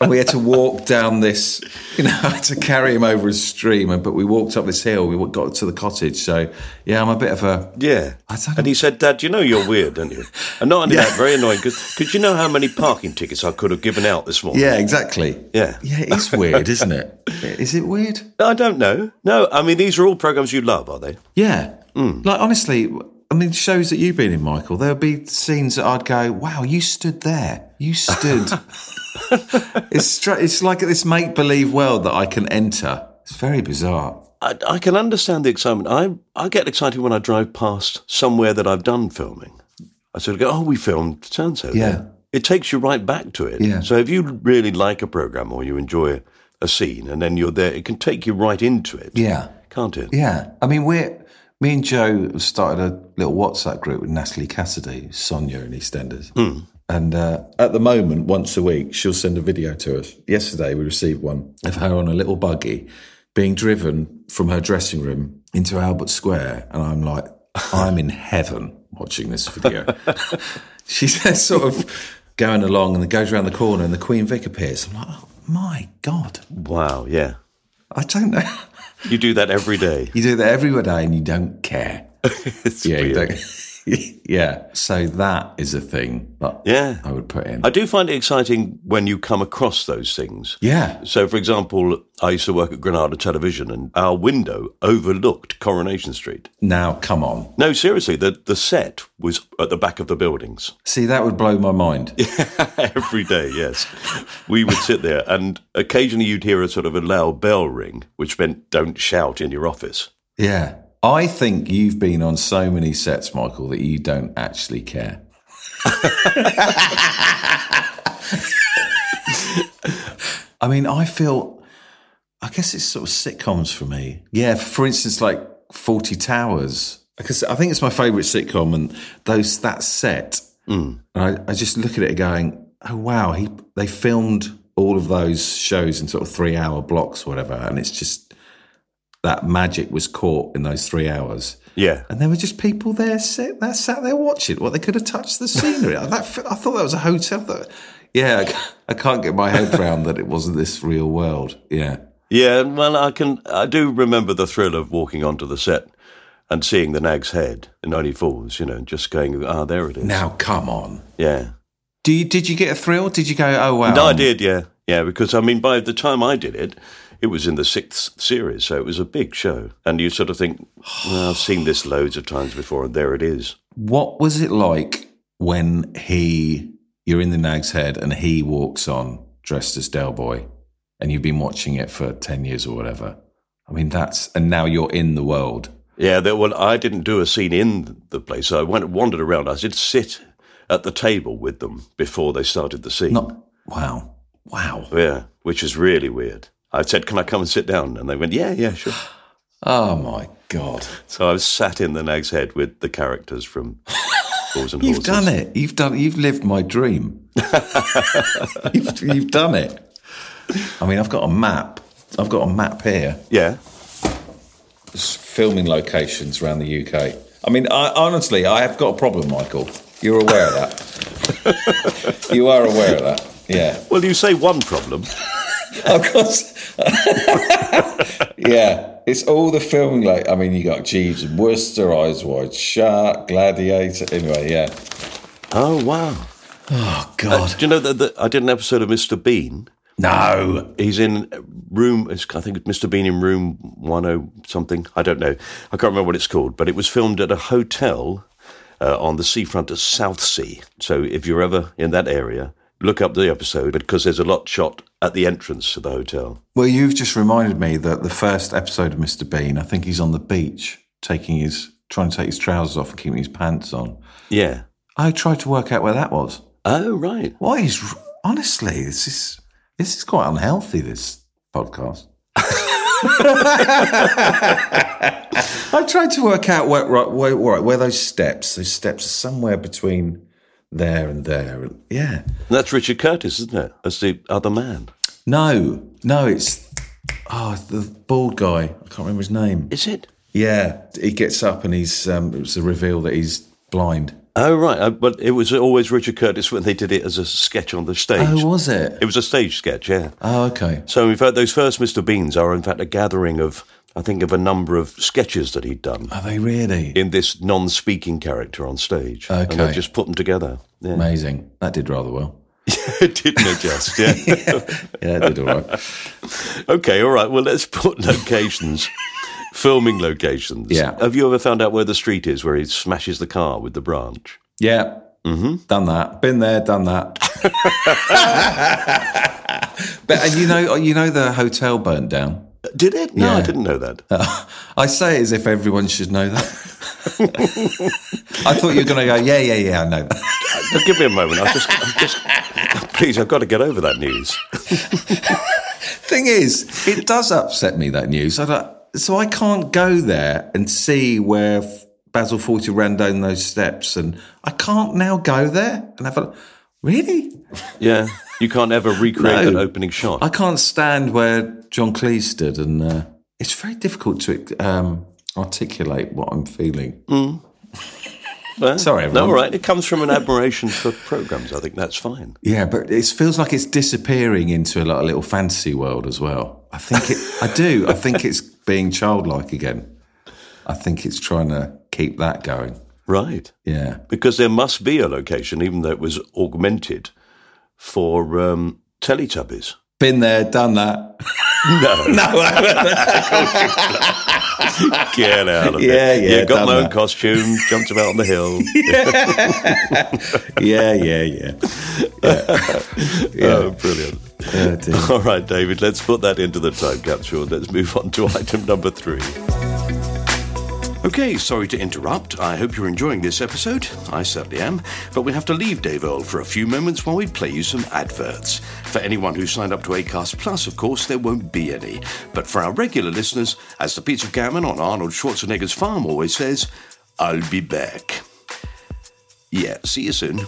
[SPEAKER 4] and we had to walk down this, (laughs) you know, I had to carry him over a stream. And, but we walked up this hill, we got to the cottage. So, yeah, I'm a bit of a.
[SPEAKER 3] yeah.
[SPEAKER 4] I don't
[SPEAKER 3] And he said, Dad, you know you're weird, don't you? And not only that, very annoying, because you know how many parking tickets I could have given out this morning?
[SPEAKER 4] Yeah, exactly.
[SPEAKER 3] Yeah.
[SPEAKER 4] Yeah, it is weird, isn't it? Is it weird?
[SPEAKER 3] I don't know. No, I mean, these are all programs you love, are they?
[SPEAKER 4] Yeah. Like, honestly, I mean, shows that you've been in, Michael, there'll be scenes that I'd go, wow, you stood there. You (laughs) stood. it's, stra- it's like this make believe world that I can enter. It's very bizarre.
[SPEAKER 3] I, I can understand the excitement. I, I get excited when I drive past somewhere that I've done filming. I sort of go, oh, we filmed so and so.
[SPEAKER 4] Yeah.
[SPEAKER 3] It takes you right back to it.
[SPEAKER 4] Yeah.
[SPEAKER 3] So if you really like a program or you enjoy a scene and then you're there, it can take you right into it,
[SPEAKER 4] Yeah.
[SPEAKER 3] can't it?
[SPEAKER 4] Yeah. I mean, we're, me and Joe have started a little WhatsApp group with Natalie Cassidy, Sonia in EastEnders. And uh, at the moment, once a week, she'll send a video to us. Yesterday, we received one of her on a little buggy being driven from her dressing room into Albert Square. And I'm like, I'm in heaven watching this video. (laughs) She's there sort of going along and then goes around the corner and the Queen Vic appears. I'm like, oh my God.
[SPEAKER 3] Wow, yeah.
[SPEAKER 4] I don't know. (laughs)
[SPEAKER 3] You do that every day.
[SPEAKER 4] You do that every day and you don't care.
[SPEAKER 3] (laughs) It's
[SPEAKER 4] Yeah, you
[SPEAKER 3] weird. (laughs)
[SPEAKER 4] don't. yeah. So that is a thing that
[SPEAKER 3] Yeah.
[SPEAKER 4] I would put in.
[SPEAKER 3] I do find it exciting when you come across those things.
[SPEAKER 4] yeah.
[SPEAKER 3] So, for example, I used to work at Granada Television, and our window overlooked Coronation Street.
[SPEAKER 4] Now, come on.
[SPEAKER 3] No, seriously, the, the set was at the back of the buildings (laughs)
[SPEAKER 4] See, that would blow my mind.
[SPEAKER 3] every day, yes. We would sit there, and occasionally you'd hear a sort of a loud bell ring, which meant don't shout in your office.
[SPEAKER 4] Yeah. I think you've been on so many sets, Michael, that you don't actually care. I mean, I feel, I guess it's sort of sitcoms for me. Yeah. For instance, like 40 Towers. Because I think it's my favourite sitcom, and those that set, and I, I just look at it going, oh wow, he they filmed all of those shows in sort of three hour blocks, or whatever, and it's just that magic was caught in those three hours.
[SPEAKER 3] Yeah.
[SPEAKER 4] And there were just people (laughs) there sat, that sat there watching. Well, they could have touched the scenery. I, that, I thought that was a hotel. That, Yeah, I ca- I can't get my head round that it wasn't this real world. Yeah.
[SPEAKER 3] Yeah, well, I can. I do remember the thrill of walking onto the set and seeing the nag's head in '94s. You know, and just going, ah, there it is.
[SPEAKER 4] Now, come on.
[SPEAKER 3] Yeah.
[SPEAKER 4] Do you, did you get a thrill? Did you go, oh, wow?
[SPEAKER 3] No, I did. Yeah, yeah. Because I mean, by the time I did it, it was in the sixth series, so it was a big show. And you sort of think, well, I've seen this loads of times before, and there it is.
[SPEAKER 4] What was it like when he, you're in the nag's head and he walks on dressed as Del Boy and you've been watching it for 10 years or whatever? I mean, that's, and now you're in the world.
[SPEAKER 3] Yeah, there, well, I didn't do a scene in the place. I went wandered around. I did sit at the table with them before they started the scene.
[SPEAKER 4] Not, wow. Wow.
[SPEAKER 3] Yeah, which is really weird. I said, "Can I come and sit down?" And they went, "Yeah, yeah,
[SPEAKER 4] (gasps)
[SPEAKER 3] sure."
[SPEAKER 4] Oh, my God.
[SPEAKER 3] So I was sat in the Nag's Head with the characters
[SPEAKER 4] (laughs)
[SPEAKER 3] from Bulls and Horses.
[SPEAKER 4] You've done it. You've done. You've lived my (laughs) dream. you've, you've done it. I mean, I've got a map. I've got a map here.
[SPEAKER 3] Yeah.
[SPEAKER 4] It's filming locations around the UK. I mean, I, honestly, I have got a problem, Michael. You're aware of that. (laughs) you are aware of that. Yeah.
[SPEAKER 3] Well, you say one problem.
[SPEAKER 4] Of course. (laughs) yeah. It's all the filming. Like, I mean, you got Jeeves and Worcester, Eyes Wide Shut, Gladiator. Anyway, yeah.
[SPEAKER 3] Oh wow!
[SPEAKER 4] Oh God.
[SPEAKER 3] Uh, Do you know that that I did an episode of Mr. Bean?
[SPEAKER 4] no.
[SPEAKER 3] He's in room. it's- I think it's Mr. Bean in room one oh something. I don't know. I can't remember what it's called, but it was filmed at a hotel uh, on the seafront at South Sea. So if you're ever in that area, look up the episode because there's a lot shot at the entrance to the hotel.
[SPEAKER 4] Well, you've just reminded me that the first episode of Mr. Bean, I think he's on the beach taking his trying to take his trousers off and keeping his pants on.
[SPEAKER 3] Yeah.
[SPEAKER 4] I tried to work out where that was.
[SPEAKER 3] Oh right.
[SPEAKER 4] What is honestly, this is this is quite unhealthy, this podcast. (laughs) I tried to work out where right where, where, where those steps, those steps are somewhere between there and there. Yeah.
[SPEAKER 3] And that's Richard Curtis, isn't it? That's the other man.
[SPEAKER 4] No, no, it's oh the bald guy. I can't remember his name.
[SPEAKER 3] Is it?
[SPEAKER 4] Yeah, he gets up and he's. Um, it was a reveal that he's blind.
[SPEAKER 3] Oh right. Uh, but it was always Richard Curtis when they did it as a sketch on the stage.
[SPEAKER 4] Oh, was it?
[SPEAKER 3] It was a stage sketch, yeah.
[SPEAKER 4] Oh, okay.
[SPEAKER 3] So, in fact, those first Mr. Beans are, in fact, a gathering of, I think, of a number of sketches that he'd done
[SPEAKER 4] Are they really
[SPEAKER 3] in this non speaking character on stage. And
[SPEAKER 4] Okay.
[SPEAKER 3] they've just put them together. Yeah.
[SPEAKER 4] amazing? That did rather well.
[SPEAKER 3] (laughs) Didn't adjust, (laughs) yeah.
[SPEAKER 4] Yeah, it did all right.
[SPEAKER 3] okay, all right. Well, let's put locations, filming locations.
[SPEAKER 4] Yeah.
[SPEAKER 3] Have you ever found out where the street is where he smashes the car with the branch?
[SPEAKER 4] Yeah, mm-hmm. done that. Been there, done that. but and you know, you know, the hotel burnt down.
[SPEAKER 3] Did it? No, I
[SPEAKER 4] Yeah.
[SPEAKER 3] didn't know that.
[SPEAKER 4] I say it as if everyone should know that. (laughs) I thought you were going to go. Yeah, yeah, yeah. I know. that."
[SPEAKER 3] Uh, Give me a moment. I just, I'm just, please, I've got to get over that news.
[SPEAKER 4] Thing is, it does upset me that news. I don't, so I can't go there and see where F- Basil Fawlty ran down those steps, and I can't now go there and have a really.
[SPEAKER 3] Yeah. You can't ever recreate
[SPEAKER 4] No.
[SPEAKER 3] that opening shot.
[SPEAKER 4] I can't stand where John Cleese stood, and uh, it's very difficult to um, articulate what I'm feeling.
[SPEAKER 3] Well,
[SPEAKER 4] Sorry,
[SPEAKER 3] No,
[SPEAKER 4] everyone.
[SPEAKER 3] all right. It comes from an admiration for programs. I think that's fine.
[SPEAKER 4] Yeah, but it feels like it's disappearing into a, like, a little fantasy world as well. I think it. I do. I think it's being childlike again. I think it's trying to keep that going.
[SPEAKER 3] Right.
[SPEAKER 4] Yeah.
[SPEAKER 3] Because there must be a location, even though it was augmented for um, Teletubbies. (laughs)
[SPEAKER 4] Been there, done that. (laughs)
[SPEAKER 3] No. (laughs) Get out of
[SPEAKER 4] Yeah,
[SPEAKER 3] it.
[SPEAKER 4] yeah,
[SPEAKER 3] You got
[SPEAKER 4] done
[SPEAKER 3] my own
[SPEAKER 4] that.
[SPEAKER 3] costume, jumped about on the
[SPEAKER 4] (laughs)
[SPEAKER 3] hill.
[SPEAKER 4] Yeah, yeah, yeah.
[SPEAKER 3] Oh, brilliant.
[SPEAKER 4] Oh, dear.
[SPEAKER 3] (laughs) All right, David, let's put that into the time capsule. Let's move on to (laughs) item number three. Okay, sorry to interrupt. I hope you're enjoying this episode. I certainly am. But we have to leave Dave Earl for a few moments while we play you some adverts. For anyone who signed up to ACAST Plus, of course, there won't be any. But for our regular listeners, as the pizza gammon on Arnold Schwarzenegger's farm always says, I'll be back. Yeah, see you soon.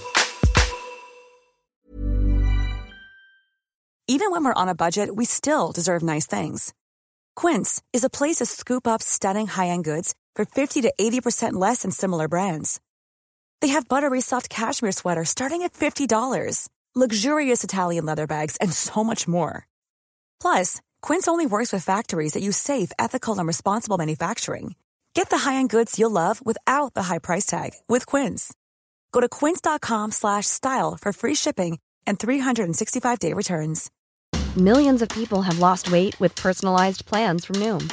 [SPEAKER 5] Even when we're on a budget, we still deserve nice things. Quince is a place to scoop up stunning high-end goods for 50 to 80% less than similar brands. They have buttery soft cashmere sweaters starting at $50, luxurious Italian leather bags, and so much more. Plus, Quince only works with factories that use safe, ethical, and responsible manufacturing. Get the high-end goods you'll love without the high price tag with Quince. Go to quince.com/style slash style for free shipping and 365-day returns.
[SPEAKER 6] Millions of people have lost weight with personalized plans from Noom,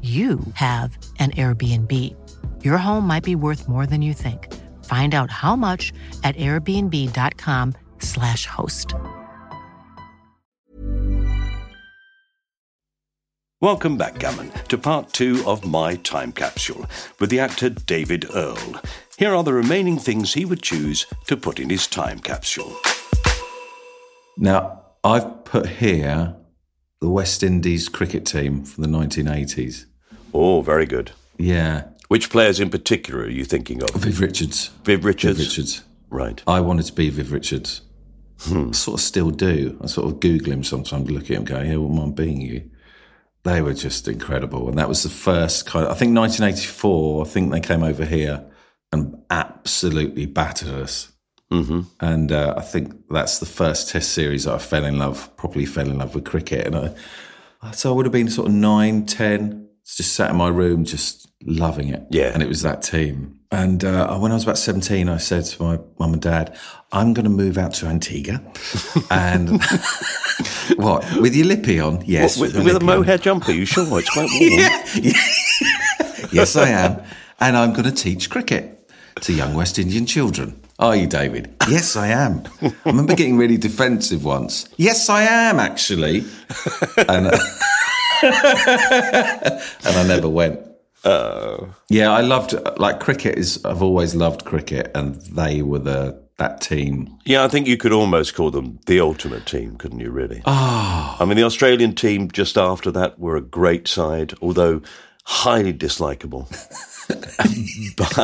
[SPEAKER 7] you have an Airbnb. Your home might be worth more than you think. Find out how much at airbnb.com/slash host.
[SPEAKER 3] Welcome back, Gammon, to part two of My Time Capsule with the actor David Earle. Here are the remaining things he would choose to put in his time capsule.
[SPEAKER 4] Now, I've put here the West Indies cricket team from the 1980s.
[SPEAKER 3] Oh, very good.
[SPEAKER 4] Yeah.
[SPEAKER 3] Which players in particular are you thinking of?
[SPEAKER 4] Viv Richards.
[SPEAKER 3] Viv Richards.
[SPEAKER 4] Viv Richards.
[SPEAKER 3] Right.
[SPEAKER 4] I wanted to be Viv Richards. I sort of still do. I sort of Google him sometimes, look at him, go, yeah, wouldn't mind being you. They were just incredible. And that was the first kind of, I think 1984, I think they came over here and absolutely battered us. Mm-hmm. And uh, I think that's the first test series that I fell in love, properly fell in love with cricket. And I, so I would have been sort of nine, 10, just sat in my room, just loving it.
[SPEAKER 3] Yeah.
[SPEAKER 4] And it was that team. And uh, when I was about 17, I said to my mum and dad, I'm going to move out to Antigua. (laughs) and (laughs) what? With your lippy on? Yes.
[SPEAKER 3] What, with,
[SPEAKER 4] my
[SPEAKER 3] with a
[SPEAKER 4] lippy on.
[SPEAKER 3] mohair jumper, you sure? It's
[SPEAKER 4] (laughs)
[SPEAKER 3] quite warm.
[SPEAKER 4] Yes, I am. And I'm going to teach cricket to young West Indian children. Are you, David? Yes, I am. I remember getting really defensive once. Yes, I am, actually. And, uh, (laughs) and I never went.
[SPEAKER 3] Oh.
[SPEAKER 4] Yeah, I loved, like, cricket is, I've always loved cricket, and they were the, that team.
[SPEAKER 3] Yeah, I think you could almost call them the ultimate team, couldn't you, really?
[SPEAKER 4] Ah.
[SPEAKER 3] I mean, the Australian team just after that were a great side, although highly
[SPEAKER 4] (laughs)
[SPEAKER 3] dislikable. (laughs) but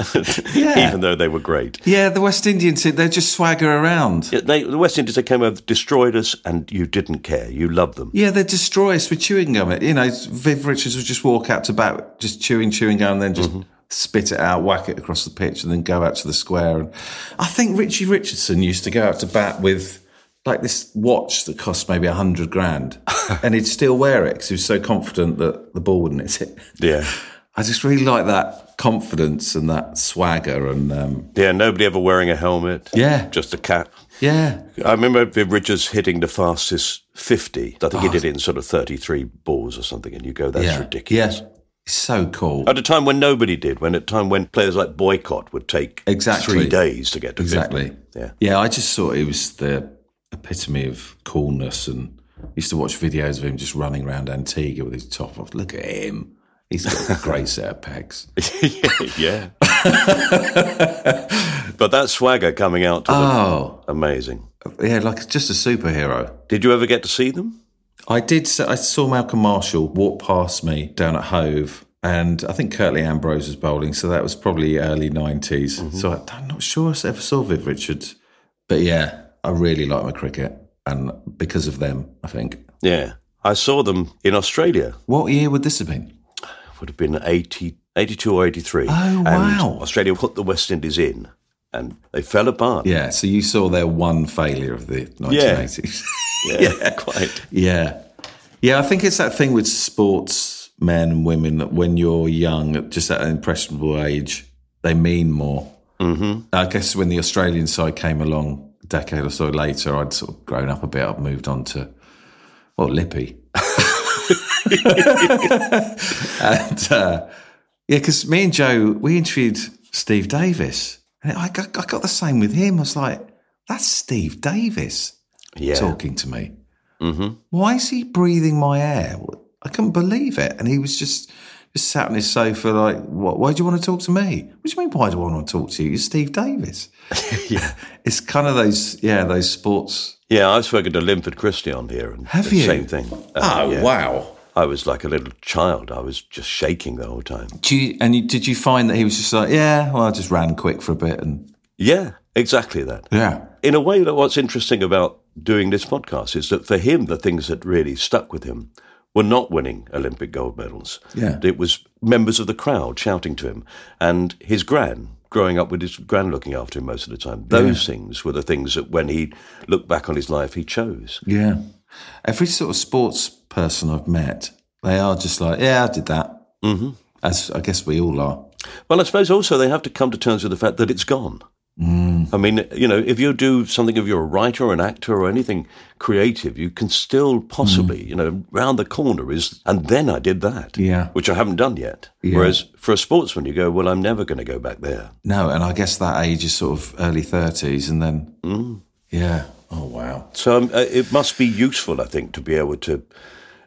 [SPEAKER 4] Yeah.
[SPEAKER 3] even though they were great.
[SPEAKER 4] Yeah, the West Indian team, they just swagger around.
[SPEAKER 3] Yeah, They, the West Indies, they came over, destroyed us, and you didn't care. You loved them.
[SPEAKER 4] Yeah, they destroy us with chewing gum. You know, Viv Richards would just walk out to bat, just chewing chewing gum, and then just spit it out, whack it across the pitch, and then go out to the square. And I think Richie Richardson used to go out to bat with like this watch that cost maybe a hundred grand, and he'd still wear it because he was so confident that the ball wouldn't hit it.
[SPEAKER 3] Yeah.
[SPEAKER 4] I just really like that confidence and that swagger, and um,
[SPEAKER 3] Yeah, nobody ever wearing a helmet.
[SPEAKER 4] Yeah.
[SPEAKER 3] Just a cap.
[SPEAKER 4] yeah,
[SPEAKER 3] I remember Viv Richards hitting the fastest 50. I think he did it in sort of 33 balls or something, and you go, that's
[SPEAKER 4] Ah. yeah,
[SPEAKER 3] ridiculous.
[SPEAKER 4] Yeah. It's so cool.
[SPEAKER 3] At a time when nobody did, when at a time when players like Boycott would take
[SPEAKER 4] Exactly.
[SPEAKER 3] three days to get to 50.
[SPEAKER 4] Exactly.
[SPEAKER 3] Yeah.
[SPEAKER 4] Yeah, I just thought it was the epitome of coolness and I used to watch videos of him just running around Antigua with his top off. Look at him. He's got a great set of pegs.
[SPEAKER 3] (laughs)
[SPEAKER 4] (laughs)
[SPEAKER 3] yeah. but that swagger coming out to them,
[SPEAKER 4] Oh,
[SPEAKER 3] amazing.
[SPEAKER 4] yeah, like just a superhero.
[SPEAKER 3] Did you ever get to see them?
[SPEAKER 4] I did. s- I saw Malcolm Marshall walk past me down at Hove, and I think Curtly Ambrose was bowling, so that was probably early 90s. So I, am not sure I ever saw Viv Richards. But yeah, I really like my cricket, and because of them, I think.
[SPEAKER 3] Yeah. I saw them in Australia.
[SPEAKER 4] What year would this have been?
[SPEAKER 3] would have been 80, 82 or 83.
[SPEAKER 4] Oh,
[SPEAKER 3] and
[SPEAKER 4] wow.
[SPEAKER 3] Australia put the West Indies in and they fell apart.
[SPEAKER 4] Yeah, so you saw their one failure of the (laughs) 1980s.
[SPEAKER 3] Yeah, (laughs) quite.
[SPEAKER 4] Yeah. Yeah, I think it's that thing with sports men and women that when you're young, at just at an impressionable age, they mean more. Mm-hmm. I guess when the Australian side came along a decade or so later, I'd sort of grown up a bit. I'd moved on to, well, Lippy. (laughs) and uh, yeah, because me and Joe, we interviewed Steve Davis, and I got, I got the same with him. I was like, that's Steve Davis
[SPEAKER 3] Yeah.
[SPEAKER 4] talking to me.
[SPEAKER 3] Mhm.
[SPEAKER 4] Why is he breathing my air? I couldn't believe it. And he was just just sat on his sofa, like, what, why do you want to talk to me? What do you mean, why do I want to talk to you? You're Steve (laughs) Davis.
[SPEAKER 3] Yeah.
[SPEAKER 4] It's kind of those, yeah, those sports.
[SPEAKER 3] Yeah, I've spoken to Linford Christie on here, and
[SPEAKER 4] Have
[SPEAKER 3] the
[SPEAKER 4] you?
[SPEAKER 3] same thing. Uh, yeah.
[SPEAKER 4] Oh, wow.
[SPEAKER 3] I was like a little child. I was just shaking the whole time.
[SPEAKER 4] Do you, and you, did you find that he was just like, yeah, well, I just ran quick for a bit and
[SPEAKER 3] Yeah, exactly that.
[SPEAKER 4] yeah.
[SPEAKER 3] In a way, that what's interesting about doing this podcast is that for him, the things that really stuck with him were not winning Olympic gold medals.
[SPEAKER 4] Yeah.
[SPEAKER 3] It was members of the crowd shouting to him and his gran growing up with his gran looking after him most of the time. Those things were the things that when he looked back on his life, he chose.
[SPEAKER 4] Yeah. Every sort of sports person I've met, they are just like, yeah, I did that. Mm-hmm. As I guess we all are.
[SPEAKER 3] Well, I suppose also they have to come to terms with the fact that it's gone.
[SPEAKER 4] Mm.
[SPEAKER 3] I mean, you know, if you do something, if you're a writer or an actor or anything creative, you can still possibly, you know, round the corner is, and then I did that,
[SPEAKER 4] Mm. Yeah.
[SPEAKER 3] which I haven't done yet.
[SPEAKER 4] Yeah.
[SPEAKER 3] Whereas for a sportsman, you go, well, I'm never going to go back there.
[SPEAKER 4] No, and I guess that age is sort of early 30s and then, yeah. Oh, wow.
[SPEAKER 3] So um, uh, it must be useful, I think, to be able to,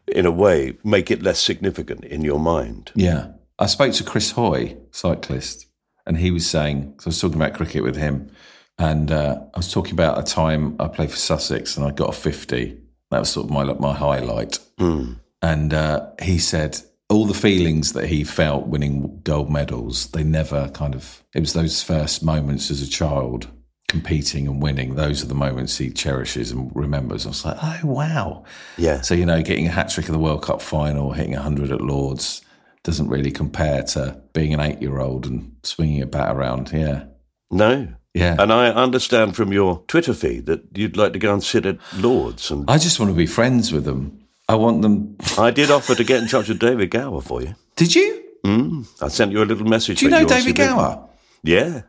[SPEAKER 3] in a way, make it less significant in your mind.
[SPEAKER 4] Yeah. I spoke to Chris Hoy, cyclist, and he was saying, 'cause I was talking about cricket with him, and uh, I was talking about a time I played for Sussex and I got a 50. That was sort of my, like, my highlight. And uh, he said all the feelings that he felt winning gold medals, they never kind of, it was those first moments as a child competing and winning. Those are the moments he cherishes and remembers. I was like, oh, wow.
[SPEAKER 3] Yeah.
[SPEAKER 4] So, you know, getting a hat trick in the World Cup final, hitting 100 at Lords doesn't really compare to being an eight year old and swinging a bat around. Yeah.
[SPEAKER 3] No.
[SPEAKER 4] Yeah.
[SPEAKER 3] And I understand from your Twitter feed that you'd like to go and sit at Lords and
[SPEAKER 4] I just want to be friends with them. I want them.
[SPEAKER 3] I did offer to get in touch with David Gower for you.
[SPEAKER 4] Did you?
[SPEAKER 3] Mm. I sent you a little message.
[SPEAKER 4] Do you
[SPEAKER 3] that
[SPEAKER 4] know
[SPEAKER 3] obviously
[SPEAKER 4] David Gower?
[SPEAKER 3] didn't- Yeah.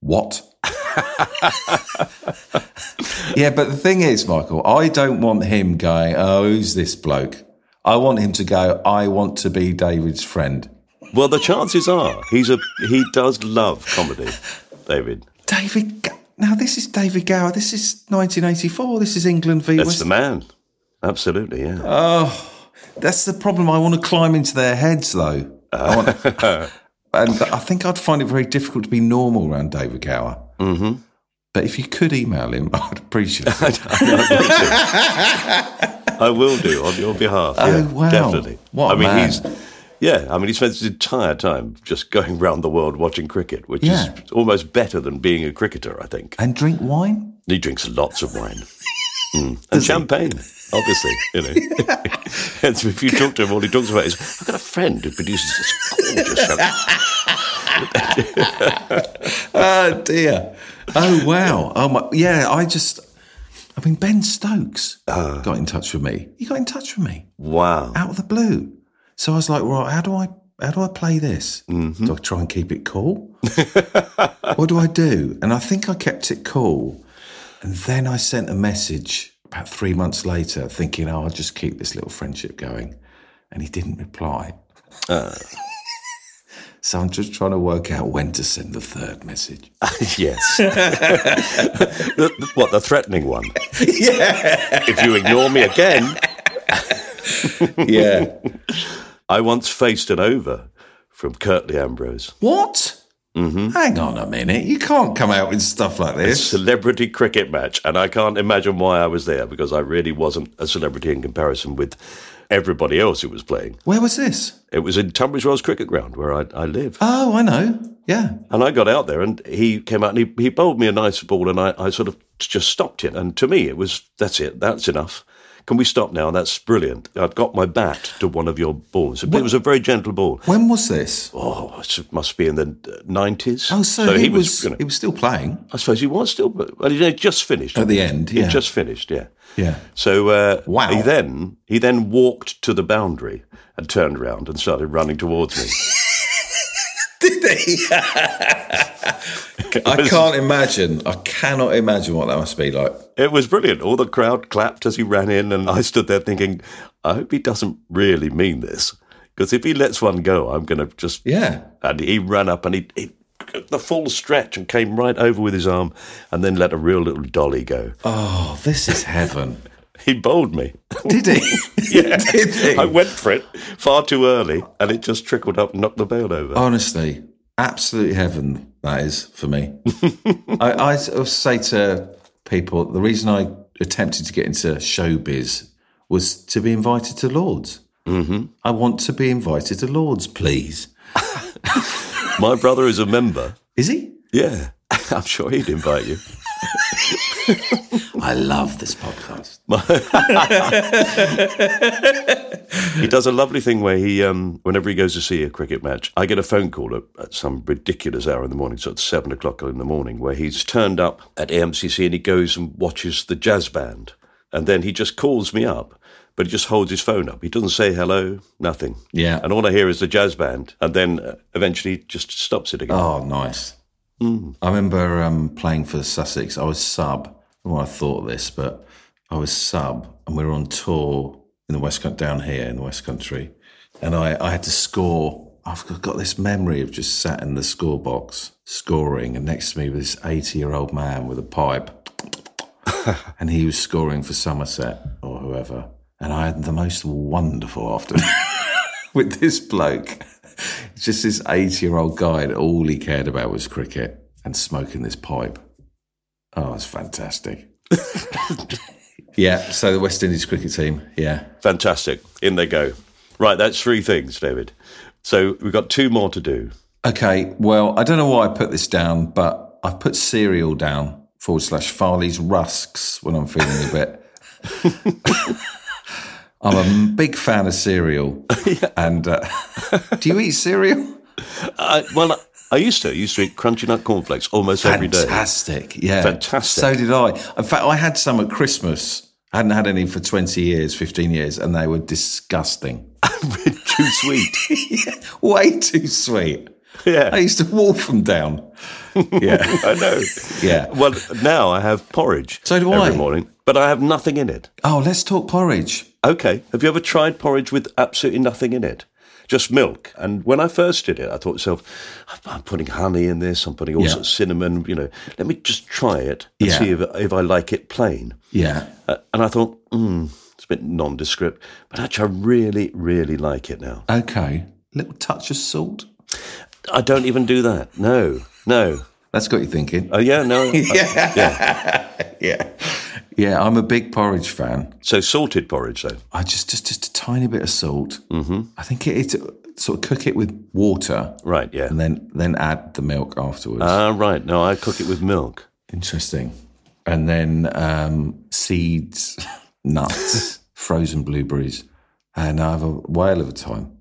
[SPEAKER 4] What? (laughs) yeah, but the thing is, Michael, I don't want him going, oh, who's this bloke? I want him to go, I want to be David's friend.
[SPEAKER 3] Well, the chances are he's a he does love comedy, David.
[SPEAKER 4] David, Go- now this is David Gower. This is 1984. This is England v
[SPEAKER 3] That's
[SPEAKER 4] West.
[SPEAKER 3] the man. Absolutely, yeah.
[SPEAKER 4] Uh. That's the problem. I want to climb into their heads, though. I want- (laughs) and I think I'd find it very difficult to be normal around David Gower. Mm-hmm. But if you could email him, (laughs) I'd appreciate it.
[SPEAKER 3] (laughs)
[SPEAKER 4] (laughs)
[SPEAKER 3] I will do on your behalf.
[SPEAKER 4] Oh,
[SPEAKER 3] yeah,
[SPEAKER 4] wow.
[SPEAKER 3] Definitely.
[SPEAKER 4] What
[SPEAKER 3] I
[SPEAKER 4] a
[SPEAKER 3] mean,
[SPEAKER 4] man.
[SPEAKER 3] he's yeah. I mean, he spends his entire time just going round the world watching cricket, which
[SPEAKER 4] Yeah.
[SPEAKER 3] is almost better than being a cricketer. I think
[SPEAKER 4] and drink wine.
[SPEAKER 3] he drinks lots of wine Mm. and champagne. Obviously, you know. and so if you talk to him, all he talks about is, "I've got a friend who produces this gorgeous champagne."
[SPEAKER 4] Oh dear. Oh wow. Oh my. Yeah. I just. I mean, Ben Stokes got in touch with me. He got in touch with me
[SPEAKER 3] Wow.
[SPEAKER 4] out of the blue. So I was like, right, how do I how do I play this? Do I try and keep it cool? (laughs) what do I do? And I think I kept it cool. And then I sent a message about three months later, thinking, oh, I'll just keep this little friendship going. And he didn't reply. (laughs) so I'm just trying to work out when to send the third message.
[SPEAKER 3] (laughs) yes. (laughs) The- the- what, the threatening one? Yeah. If you ignore me again.
[SPEAKER 4] yeah.
[SPEAKER 3] I once faced an over from Curtly Ambrose.
[SPEAKER 4] What? Hang on a minute. You can't come out with stuff like this.
[SPEAKER 3] Celebrity cricket match. And I can't imagine why I was there because I really wasn't a celebrity in comparison with everybody else who was playing.
[SPEAKER 4] Where was this?
[SPEAKER 3] It was in Tunbridge Wells Cricket Ground where I, I live.
[SPEAKER 4] Oh, I know. Yeah.
[SPEAKER 3] And I got out there and he came out and he, he bowled me a nice ball and I, I sort of just stopped it. And to me, it was, that's it, that's enough. Can we stop now? That's brilliant. I've got my bat to one of your balls. It was a very gentle ball.
[SPEAKER 4] When was this?
[SPEAKER 3] Oh, it must be in the uh, 90s.
[SPEAKER 4] Oh, so, he, was,
[SPEAKER 3] you know,
[SPEAKER 4] he was still playing
[SPEAKER 3] I suppose he was still, well, he had just finished.
[SPEAKER 4] at the end.
[SPEAKER 3] He
[SPEAKER 4] Yeah,
[SPEAKER 3] had just finished, yeah.
[SPEAKER 4] yeah.
[SPEAKER 3] So uh,
[SPEAKER 4] Wow.
[SPEAKER 3] he then he then walked to the boundary and turned round and started running towards me.
[SPEAKER 4] Did he? (laughs) I can't imagine. I cannot imagine what that must be like.
[SPEAKER 3] It was brilliant. All the crowd clapped as he ran in, and I stood there thinking, I hope he doesn't really mean this. Because if he lets one go, I'm going to just.
[SPEAKER 4] Yeah.
[SPEAKER 3] And he ran up and he, he the full stretch and came right over with his arm and then let a real little dolly go.
[SPEAKER 4] Oh, this is (laughs) heaven.
[SPEAKER 3] He bowled me.
[SPEAKER 4] Did he?
[SPEAKER 3] Yeah.
[SPEAKER 4] (laughs) Did he?
[SPEAKER 3] I went for it far too early and it just trickled up and knocked the bail over.
[SPEAKER 4] Oh. Honestly, absolute heaven that is for (laughs) me. I, I sort of say to people the reason I attempted to get into showbiz was to be invited to Lords. Mm-hmm. I want to be invited to Lords, please.
[SPEAKER 3] My brother is a member.
[SPEAKER 4] Is he?
[SPEAKER 3] Yeah. (laughs) I'm sure he'd invite you.
[SPEAKER 4] I love this podcast.
[SPEAKER 3] He does a lovely thing where he, um, whenever he goes to see a cricket match, I get a phone call at, at some ridiculous hour in the morning, so it's seven o'clock in the morning, where he's turned up at AMCC and he goes and watches the jazz band. And then he just calls me up, but he just holds his phone up. He doesn't say hello, nothing.
[SPEAKER 4] Yeah.
[SPEAKER 3] And all I hear is the jazz band. And then uh, eventually he just stops it again.
[SPEAKER 4] Oh, nice. I remember um, playing for Sussex. I was sub. I don't know why I thought of this, but I was sub, and we were on tour in the West Country, down here in the West Country, and I, I had to score. I've got- got this memory of just sat in the score box scoring, and next to me was this eighty-year-old man with a pipe, and he was scoring for Somerset or whoever, and I had the most wonderful afternoon with this bloke. It's just this 80 year old guy, and all he cared about was cricket and smoking this pipe. Oh, it's fantastic. (laughs) yeah, so the West Indies cricket team, yeah.
[SPEAKER 3] Fantastic. In they go. Right, that's three things, David. So we've got two more to do.
[SPEAKER 4] Okay, well, I don't know why I put this down, but I've put cereal down forward slash Farley's rusks when I'm feeling a bit. (laughs) I'm a big fan of cereal. And uh, (laughs) do you eat cereal?
[SPEAKER 3] I, well, I used to. I used to eat crunchy nut cornflakes almost every day.
[SPEAKER 4] Fantastic. Yeah.
[SPEAKER 3] Fantastic.
[SPEAKER 4] So did I. In fact, I had some at Christmas. I hadn't had any for 20 years, 15 years, and they were disgusting.
[SPEAKER 3] (laughs)
[SPEAKER 4] (laughs)
[SPEAKER 3] Too sweet.
[SPEAKER 4] Yeah, Way too sweet. I
[SPEAKER 3] Yeah,
[SPEAKER 4] used to wolf them down. Yeah.
[SPEAKER 3] (laughs) I know.
[SPEAKER 4] yeah.
[SPEAKER 3] Well, now I have porridge.
[SPEAKER 4] So do
[SPEAKER 3] every
[SPEAKER 4] I.
[SPEAKER 3] morning, but I have nothing in it.
[SPEAKER 4] Oh, let's talk porridge.
[SPEAKER 3] Okay. Have you ever tried porridge with absolutely nothing in it? Just milk. And when I first did it, I thought to myself, "I'm- I'm putting honey in this. I'm putting all
[SPEAKER 4] Yeah.
[SPEAKER 3] sorts of cinnamon. You know, let me just try it and
[SPEAKER 4] Yeah.
[SPEAKER 3] see if, if I like it plain.
[SPEAKER 4] Yeah.
[SPEAKER 3] Uh, and I thought, hmm, it's a bit nondescript, but actually, I really, really like it now.
[SPEAKER 4] Okay. Little touch of salt.
[SPEAKER 3] I don't even do that. No, no.
[SPEAKER 4] That's got you thinking.
[SPEAKER 3] Oh, yeah,
[SPEAKER 4] (laughs)
[SPEAKER 3] no. I-
[SPEAKER 4] Yeah. Yeah, I'm a big porridge fan.
[SPEAKER 3] so, salted porridge, though.
[SPEAKER 4] I just just just a tiny bit of salt. Mm-hmm. I think it, it sort of cook it with water.
[SPEAKER 3] Right, yeah.
[SPEAKER 4] and then then add the milk afterwards.
[SPEAKER 3] Ah, right. No, I cook it with milk.
[SPEAKER 4] Interesting. And then um, seeds, (laughs) nuts, frozen blueberries, and I have a whale of a time.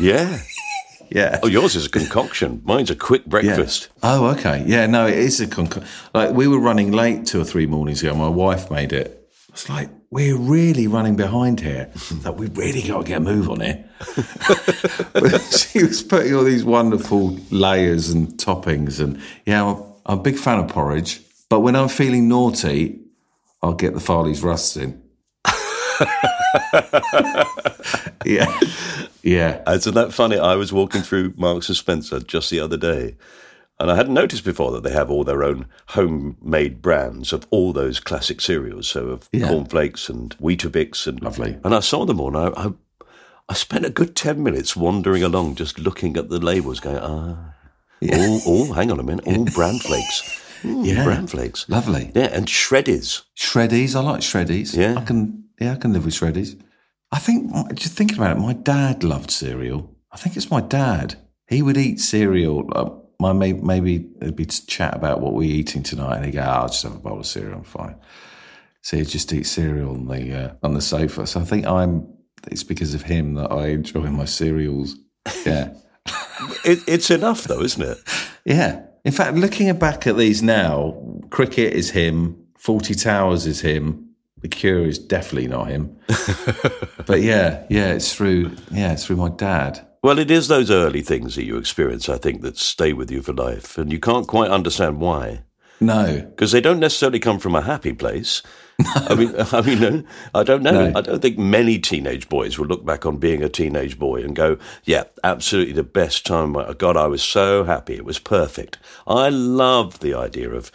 [SPEAKER 3] Yeah.
[SPEAKER 4] Yeah.
[SPEAKER 3] Oh, yours is a concoction. Mine's a quick breakfast.
[SPEAKER 4] Oh, okay. Yeah, no, it is a con. Like we were running late two or three mornings ago. My wife made it. It's like we're really running behind here. Like we really got to get a move on it. (laughs) but she was putting all these wonderful layers and toppings, and yeah, I'm, I'm a big fan of porridge. But when I'm feeling naughty, I'll get the Farley's rusts in. (laughs) yeah, yeah.
[SPEAKER 3] Uh, Isn't that funny? I was walking through Marks and Spencer just the other day, and I hadn't noticed before that they have all their own homemade brands of all those classic cereals, so of
[SPEAKER 4] Yeah.
[SPEAKER 3] cornflakes and Weetabix and
[SPEAKER 4] Lovely.
[SPEAKER 3] And I saw them all, and I, I, I spent a good ten minutes wandering along, just looking at the labels, going, ah,
[SPEAKER 4] (laughs)
[SPEAKER 3] all, all, hang on a minute, all bran flakes, Mm,
[SPEAKER 4] Yeah.
[SPEAKER 3] bran flakes,
[SPEAKER 4] Lovely.
[SPEAKER 3] yeah, and shreddies.
[SPEAKER 4] Shreddies. I like Shreddies.
[SPEAKER 3] Yeah.
[SPEAKER 4] I can. Yeah, I can live with Shreddies. I think just thinking about it, my dad loved cereal. I think it's my dad. He would eat cereal. Uh, my may- maybe it'd be to chat about what we're eating tonight, and he'd go, oh, "I'll just have a bowl of cereal. I'm fine." So he'd just eat cereal on the uh, on the sofa. So I think I'm. It's because of him that I enjoy my cereals. Yeah.
[SPEAKER 3] It, it's enough though, isn't it?
[SPEAKER 4] Yeah. In fact, looking back at these now, cricket is him, Forty Towers is him, The Cure is definitely not him. but yeah, yeah, it's through yeah, it's through my dad.
[SPEAKER 3] Well, it is those early things that you experience, I think, that stay with you for life, and you can't quite understand why.
[SPEAKER 4] No.
[SPEAKER 3] Because they don't necessarily come from a happy place. I mean, (laughs) I mean, no, I don't know.
[SPEAKER 4] No.
[SPEAKER 3] I don't think many teenage boys will look back on being a teenage boy and go, "Yeah, absolutely the best time. Oh, God, I was so happy. It was perfect. I love the idea of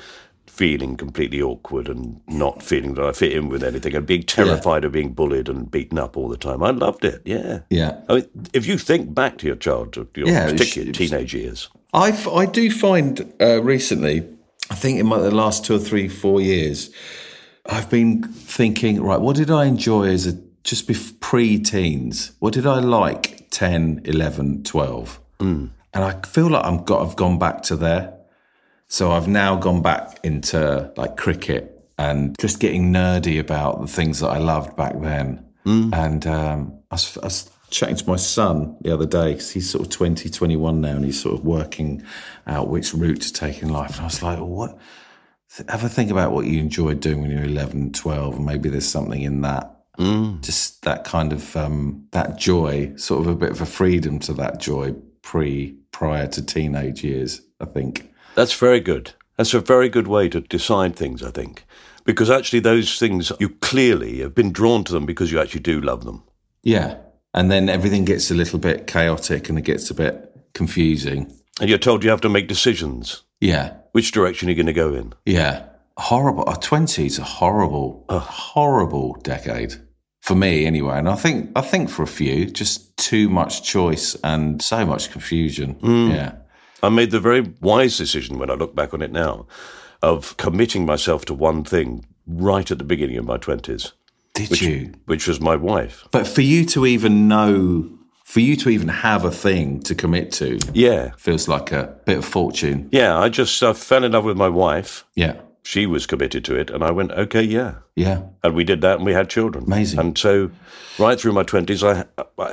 [SPEAKER 3] feeling completely awkward and not feeling that I fit in with anything and being terrified of being bullied and beaten up all the time. I loved it. Yeah,
[SPEAKER 4] Yeah.
[SPEAKER 3] I mean, if you think back to your childhood, your
[SPEAKER 4] Yeah, it was-
[SPEAKER 3] particular
[SPEAKER 4] it was-
[SPEAKER 3] teenage years,
[SPEAKER 4] I've, I do find uh, recently, I think in my, the last two or three, four years, I've been thinking, right, what did I enjoy as a just bef- pre teens? What did I like 10, 11, 12? And I feel like I'm got, I've gone back to there. So I've now gone back into like cricket and just getting nerdy about the things that I loved back then. And um, I, was, I was chatting to my son the other day because he's sort of 20, 21 now and he's sort of working out which route to take in life. And I was like, well, what? th- Have a think about what you enjoyed doing when you were 11, 12, and maybe there's something in that. Just that kind of um, that joy, sort of a bit of a freedom to that joy pre prior to teenage years, I think.
[SPEAKER 3] That's very good. That's a very good way to decide things, I think. Because actually, those things, you clearly have been drawn to them because you actually do love them.
[SPEAKER 4] Yeah. And then everything gets a little bit chaotic and it gets a bit confusing.
[SPEAKER 3] And you're told you have to make decisions.
[SPEAKER 4] Yeah.
[SPEAKER 3] Which direction are you going to go in?
[SPEAKER 4] Yeah. Horrible. Our 20s are horrible, a horrible decade for me anyway. And I think, I think for a few, just too much choice and so much confusion. Yeah.
[SPEAKER 3] I made the very wise decision when I look back on it now of committing myself to one thing right at the beginning of my 20s,
[SPEAKER 4] Did
[SPEAKER 3] which,
[SPEAKER 4] you?
[SPEAKER 3] which was my wife.
[SPEAKER 4] But for you to even know, for you to even have a thing to commit to
[SPEAKER 3] Yeah.
[SPEAKER 4] feels like a bit of fortune.
[SPEAKER 3] Yeah. I just I fell in love with my wife.
[SPEAKER 4] Yeah.
[SPEAKER 3] She was committed to it. And I went, okay, yeah.
[SPEAKER 4] Yeah.
[SPEAKER 3] and we did that and we had children
[SPEAKER 4] Amazing.
[SPEAKER 3] and so right through my 20s i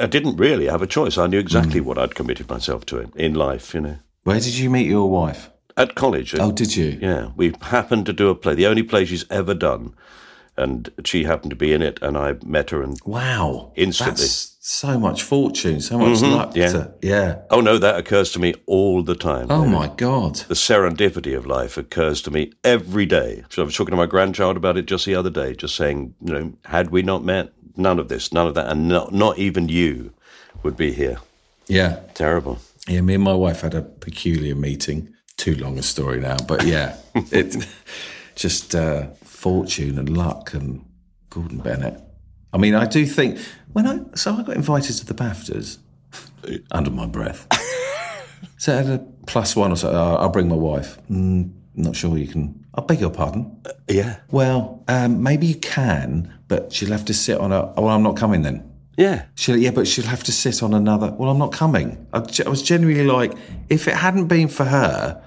[SPEAKER 3] i didn't really have a choice i knew exactly
[SPEAKER 4] Mm.
[SPEAKER 3] what i'd committed myself to in, in life you know
[SPEAKER 4] Where did you meet your wife?
[SPEAKER 3] at college
[SPEAKER 4] Oh, did you?
[SPEAKER 3] yeah we happened to do a play the only play she's ever done and she happened to be in it and i met her and
[SPEAKER 4] Wow.
[SPEAKER 3] Instantly. Mm-hmm.
[SPEAKER 4] That's so much fortune, so much luck.
[SPEAKER 3] yeah.
[SPEAKER 4] To, yeah.
[SPEAKER 3] oh no that occurs to me all the time
[SPEAKER 4] Oh
[SPEAKER 3] David.
[SPEAKER 4] my God.
[SPEAKER 3] the serendipity of life occurs to me every day. So I was talking to my grandchild about it just the other day, just saying, you know, had we not met, none of this, none of that, and not, not even you would be here.
[SPEAKER 4] Yeah.
[SPEAKER 3] Terrible.
[SPEAKER 4] Yeah. Me and my wife had a peculiar meeting. Too long a story now, but
[SPEAKER 3] (laughs)
[SPEAKER 4] yeah, it just uh, fortune and luck and Gordon Bennett. I mean, I do think when I so I got invited to
[SPEAKER 3] (laughs)
[SPEAKER 4] the BAFTAs under my breath. so I had a plus one or so. "Oh, I'll bring my wife. Mm, not sure you can. I beg your pardon.
[SPEAKER 3] Yeah.
[SPEAKER 4] Well, um, maybe you can, but she'll have to sit on a. oh, Well, I'm not coming then.
[SPEAKER 3] Yeah.
[SPEAKER 4] She'll, yeah, but she'll have to sit on another. Well, I'm not coming. I, ge- I was genuinely like, if it hadn't been for her,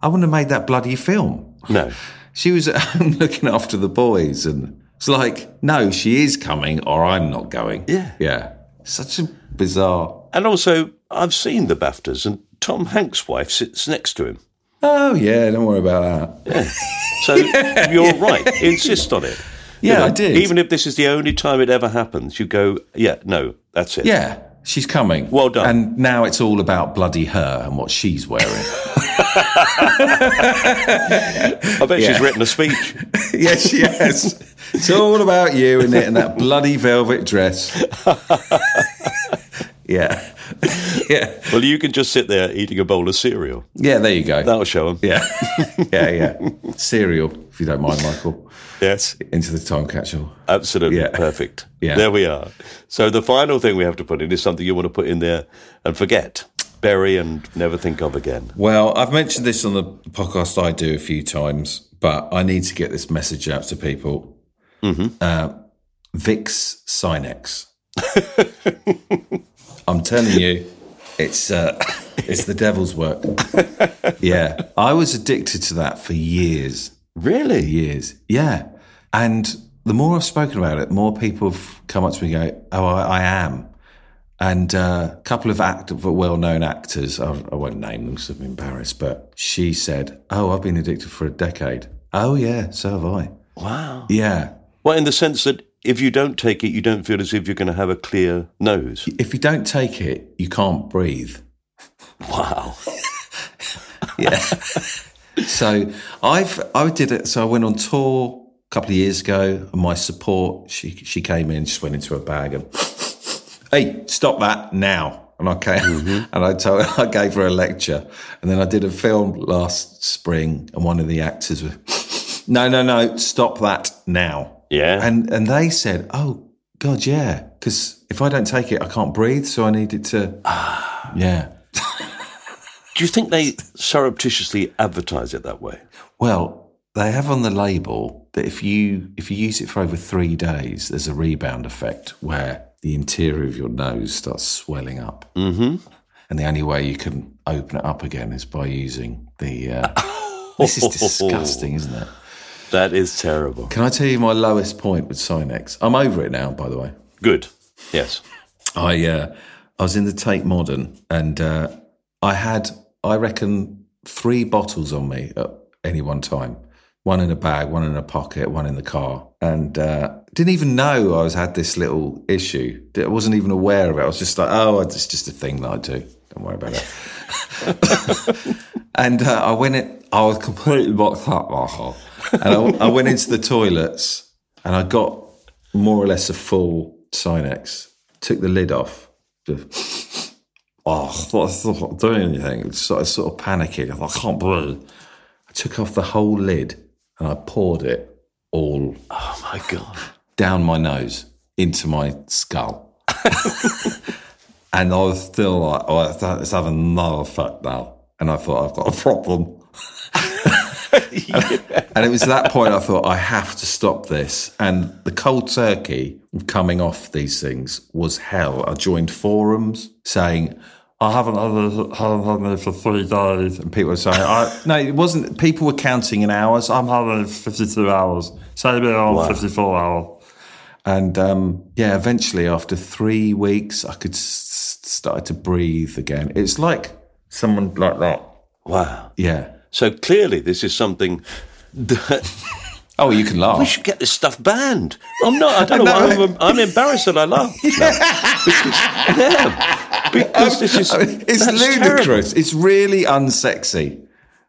[SPEAKER 4] I wouldn't have made that bloody film.
[SPEAKER 3] No.
[SPEAKER 4] She was at (laughs) home looking after the boys, and it's like, no, she is coming, or I'm not going.
[SPEAKER 3] Yeah.
[SPEAKER 4] yeah. Such a bizarre.
[SPEAKER 3] And also, I've seen the BAFTAs, and Tom Hanks' wife sits next to him.
[SPEAKER 4] Oh yeah, don't worry about that. (laughs)
[SPEAKER 3] So you're right. Insist on it.
[SPEAKER 4] Yeah,
[SPEAKER 3] You know,
[SPEAKER 4] I did.
[SPEAKER 3] Even if this is the only time it ever happens, you go, yeah, no, that's it.
[SPEAKER 4] yeah, she's coming.
[SPEAKER 3] Well done.
[SPEAKER 4] And now it's all about bloody her and what
[SPEAKER 3] (laughs)
[SPEAKER 4] she's wearing.
[SPEAKER 3] I bet she's written a
[SPEAKER 4] (laughs)
[SPEAKER 3] speech.
[SPEAKER 4] yes, yes. It's all about you in it and that bloody velvet dress. yeah. (laughs) yeah.
[SPEAKER 3] well, you can just sit there eating a bowl of cereal.
[SPEAKER 4] Yeah, there you go.
[SPEAKER 3] That'll show him.
[SPEAKER 4] Yeah. (laughs) yeah, yeah. Cereal, if you don't mind, Michael.
[SPEAKER 3] Yes.
[SPEAKER 4] Into the time capsule.
[SPEAKER 3] Absolutely
[SPEAKER 4] Yeah.
[SPEAKER 3] perfect.
[SPEAKER 4] Yeah.
[SPEAKER 3] There we are. So the final thing we have to put in is something you want to put in there and forget, bury, and never think of again.
[SPEAKER 4] Well, I've mentioned this on the podcast I do a few times, but I need to get this message out to people. Uh, Vicks Sinex. I'm telling you, it's uh, (laughs) it's the devil's work. yeah, I was addicted to that for years,
[SPEAKER 3] Really?
[SPEAKER 4] years. Yeah, and the more I've spoken about it, the more people have come up to me and go, "Oh, I, I am." and uh, a couple of act- well-known actors. I, I won't name them because I'm embarrassed. But she said, "Oh, I've been addicted for a decade." Oh yeah, so have I.
[SPEAKER 3] Wow.
[SPEAKER 4] Yeah,
[SPEAKER 3] Well, in the sense that if you don't take it, you don't feel as if you're going to have a clear nose.
[SPEAKER 4] If you don't take it, you can't breathe.
[SPEAKER 3] Wow.
[SPEAKER 4] Yeah. so I've I did it. So I went on tour a couple of years ago, and my support she she came in, just went into her bag and (laughs) hey, stop that now. And I came (laughs) and I told I gave her a lecture, and then I did a film last spring, and one of the actors was (laughs) no, no, no, stop that now.
[SPEAKER 3] Yeah.
[SPEAKER 4] and and they said, oh God, yeah, because if I don't take it, I can't breathe, so I needed to, yeah.
[SPEAKER 3] Do you think they surreptitiously advertise it that way?
[SPEAKER 4] Well, they have on the label that if you if you use it for over three days, there's a rebound effect where the interior of your nose starts swelling up, mm-hmm. and the only way you can open it up again is by using the. Uh, (laughs) this is disgusting, isn't it?
[SPEAKER 3] (laughs) That is terrible.
[SPEAKER 4] Can I tell you my lowest point with Sinex? I'm over it now, by the way.
[SPEAKER 3] Good. Yes.
[SPEAKER 4] I uh, I was in the Tate Modern, and uh, I had I reckon three bottles on me at any one time. One in a bag, one in a pocket, one in the car, and uh, didn't even know I was had this little issue. I wasn't even aware of it. I was just like, oh, it's just a thing that I do. Don't worry about it. (laughs) And uh, I went in, I was completely boxed up, Michael. And I, I went into the toilets and I got more or less a full Sinex, took the lid off. Just, oh, I thought, I thought I'm doing anything. It's sort of, sort of panicking. I thought, I can't breathe. I took off the whole lid and I poured it all
[SPEAKER 3] Oh my God.
[SPEAKER 4] down my nose into my skull. and I was still like, oh, let's have- let's have another fuck now. And I thought, I've got a problem. And it was at that point I thought, I have to stop this. And the cold turkey of coming off these things was hell. I joined forums saying, I haven't had it- haven't had it for three days. And people were saying, I, no, it wasn't. People were counting in hours. I'm having it for 52 hours. Save it on 54 hours. And um, yeah, eventually after three weeks, I could s- s- started to breathe again. It's like someone like that.
[SPEAKER 3] Wow.
[SPEAKER 4] Yeah.
[SPEAKER 3] So clearly, this is something that (laughs)
[SPEAKER 4] Oh, you can laugh.
[SPEAKER 3] we should get this stuff banned. I'm not. I don't know.
[SPEAKER 4] I know.
[SPEAKER 3] why I'm, I'm embarrassed that I
[SPEAKER 4] (laughs)
[SPEAKER 3] laughed. No. Because, yeah, because this is
[SPEAKER 4] (laughs) I mean, it's
[SPEAKER 3] that's
[SPEAKER 4] ludicrous.
[SPEAKER 3] terrible.
[SPEAKER 4] It's really unsexy.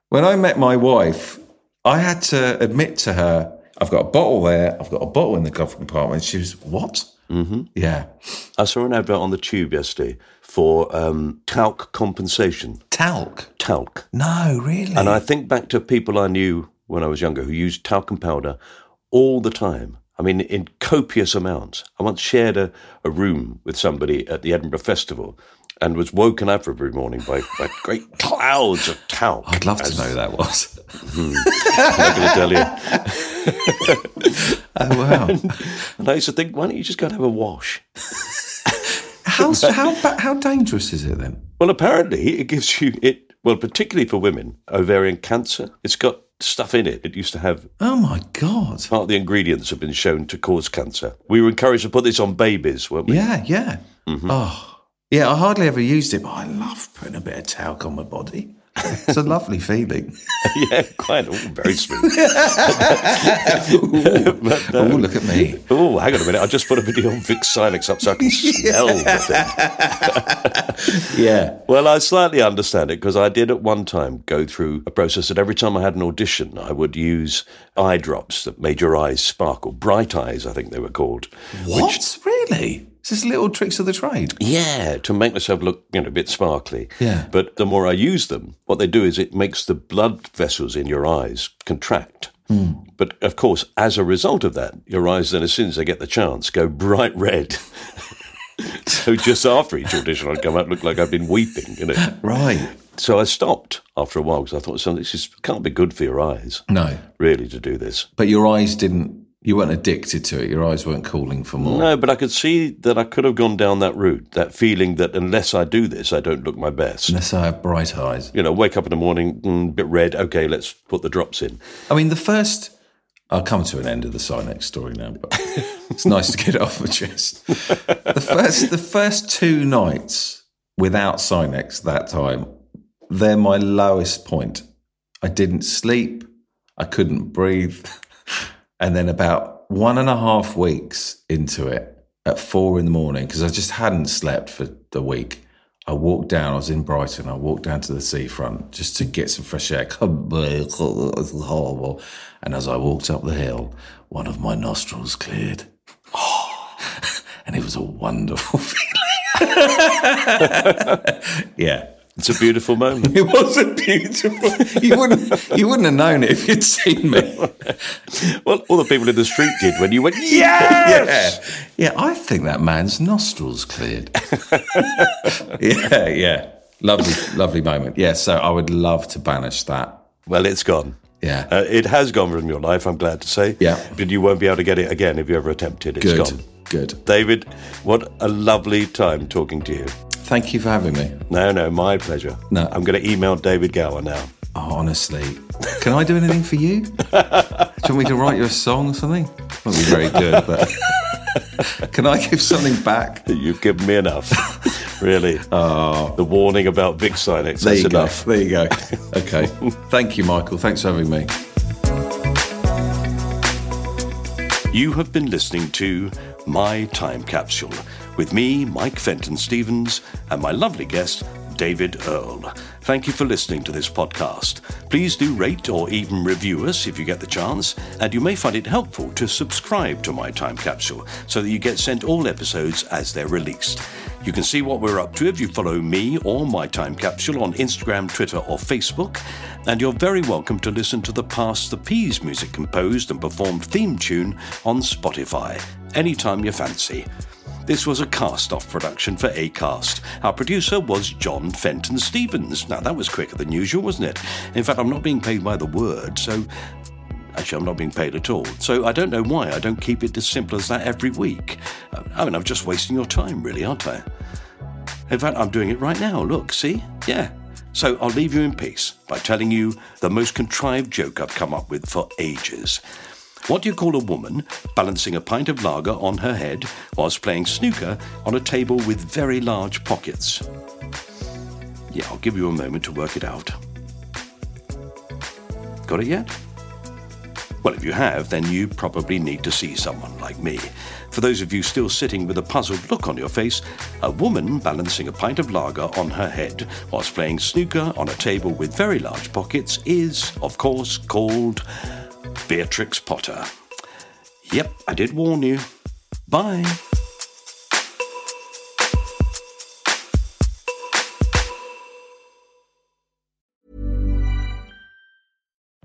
[SPEAKER 4] When I met my wife, I had to admit to her, I've got a bottle there, I've got a bottle in the glove compartment. She was, what? Mm-hmm. Yeah.
[SPEAKER 3] I saw an advert on the tube yesterday for um, talc compensation.
[SPEAKER 4] Talc?
[SPEAKER 3] Talc.
[SPEAKER 4] No, really?
[SPEAKER 3] And I think back to people I knew when I was younger who used talcum powder all the time. I mean, in copious amounts. I once shared a, a room with somebody at the Edinburgh Festival and was woken up every morning by, by great (laughs) clouds of talc.
[SPEAKER 4] I'd love to know who
[SPEAKER 3] (laughs)
[SPEAKER 4] that was.
[SPEAKER 3] I'm going to
[SPEAKER 4] (laughs)
[SPEAKER 3] tell you.
[SPEAKER 4] Oh, wow.
[SPEAKER 3] And I used to think, why don't you just go and have a wash?
[SPEAKER 4] how, how, ba- how dangerous is it then?
[SPEAKER 3] Well, apparently it gives you it. Well, particularly for women, ovarian cancer. It's got stuff in it. It used to have
[SPEAKER 4] Oh, my God.
[SPEAKER 3] part of the ingredients have been shown to cause cancer. We were encouraged to put this on babies, weren't we?
[SPEAKER 4] Yeah, yeah. Oh, yeah. I hardly ever used it, but I love putting a bit of talc on my body. It's a lovely (laughs) feeling.
[SPEAKER 3] (laughs) yeah quite. Oh, very smooth. But,
[SPEAKER 4] oh,
[SPEAKER 3] um,
[SPEAKER 4] look at me.
[SPEAKER 3] Oh, hang on a minute. I just put a video on Vic Silex up so I can smell the thing.
[SPEAKER 4] Yeah.
[SPEAKER 3] Well, I slightly understand it because I did at one time go through a process that every time I had an audition, I would use eye drops that made your eyes sparkle. Bright eyes, I think they were called.
[SPEAKER 4] What? really? It's just little tricks of the trade.
[SPEAKER 3] Yeah, to make myself look you know a bit sparkly.
[SPEAKER 4] Yeah.
[SPEAKER 3] But the more I use them, what they do is it makes the blood vessels in your eyes contract. But of course, as a result of that, your eyes then, as soon as they get the chance, go bright red. (laughs) so just after each audition, I'd come out look like I've been weeping. You know.
[SPEAKER 4] Right.
[SPEAKER 3] So I stopped after a while because I thought, so this is, can't be good for your eyes,
[SPEAKER 4] No.
[SPEAKER 3] really, to do this.
[SPEAKER 4] But your eyes didn't, you weren't addicted to it. Your eyes weren't calling for more.
[SPEAKER 3] No, but I could see that I could have gone down that route, that feeling that unless I do this, I don't look my best.
[SPEAKER 4] Unless I have bright eyes.
[SPEAKER 3] you know, wake up in the morning, mm, bit red. Okay, let's put the drops in.
[SPEAKER 4] I mean, the first, I'll come to an end of the Sinex story now, but it's nice to get it off my chest. The first, the first two nights without Sinex that time, they're my lowest point. I didn't sleep. I couldn't breathe. (laughs) And then about one and a half weeks into it at four in the morning because I just hadn't slept for the week. I walked down, I was in Brighton, I walked down to the seafront just to get some fresh air. (laughs) It was horrible. And as I walked up the hill, one of my nostrils cleared. (laughs) and it was a wonderful (laughs) feeling. yeah.
[SPEAKER 3] It's a beautiful moment.
[SPEAKER 4] It was a beautiful. You wouldn't. You wouldn't have known it if you'd seen me.
[SPEAKER 3] (laughs) well, all the people in the street did when you went,
[SPEAKER 4] Yeah,
[SPEAKER 3] yes!
[SPEAKER 4] yeah. I think that man's nostrils
[SPEAKER 3] (laughs)
[SPEAKER 4] cleared. yeah, yeah. Lovely, lovely moment. Yeah. So I would love to banish that.
[SPEAKER 3] Well, it's gone.
[SPEAKER 4] Yeah.
[SPEAKER 3] Uh, it has gone from your life, I'm glad to say.
[SPEAKER 4] Yeah.
[SPEAKER 3] But you won't be able to get it again if you ever attempt it. It's
[SPEAKER 4] good.
[SPEAKER 3] gone.
[SPEAKER 4] Good.
[SPEAKER 3] David, what a lovely time talking to you.
[SPEAKER 4] Thank you for having me.
[SPEAKER 3] No, no, my pleasure.
[SPEAKER 4] No.
[SPEAKER 3] I'm going to email David Gower now.
[SPEAKER 4] Oh, honestly, can I do anything for you? Do you want me to write you a song or something? Won't be very good, but (laughs) can I give something back?
[SPEAKER 3] You've given me (laughs) enough. really. Oh. The warning about big signings,
[SPEAKER 4] There
[SPEAKER 3] that's
[SPEAKER 4] you go.
[SPEAKER 3] enough.
[SPEAKER 4] There you go. Okay. Thank you, Michael. Thanks for having me.
[SPEAKER 3] You have been listening to My Time Capsule with me, Mike Fenton Stevens, and my lovely guest, David Earle. Thank you for listening to this podcast. Please do rate or even review us if you get the chance, and you may find it helpful to subscribe to My Time Capsule so that you get sent all episodes as they're released. You can see what we're up to if you follow me or My Time Capsule on Instagram, Twitter, or Facebook. And you're very welcome to listen to the Pass the Peas music composed and performed theme tune on Spotify anytime you fancy. This was a cast off production for ACAST. Our producer was John Fenton Stevens. Now, that was quicker than usual, wasn't it? In fact, I'm not being paid by the word, so Actually, I'm not being paid at all. So I don't know why I don't keep it as simple as that every week. I mean, I'm just wasting your time, really, aren't I? In fact, I'm doing it right now. Look, see? Yeah. So I'll leave you in peace by telling you the most contrived joke I've come up with for ages. What do you call a woman balancing a pint of lager on her head whilst playing snooker on a table with very large pockets? Yeah, I'll give you a moment to work it out. Got it yet? Well, if you have, then you probably need to see someone like me. For those of you still sitting with a puzzled look on your face, a woman balancing a pint of lager on her head whilst playing snooker on a table with very large pockets is, of course, called Beatrix Potter. Yep, I did warn you. Bye.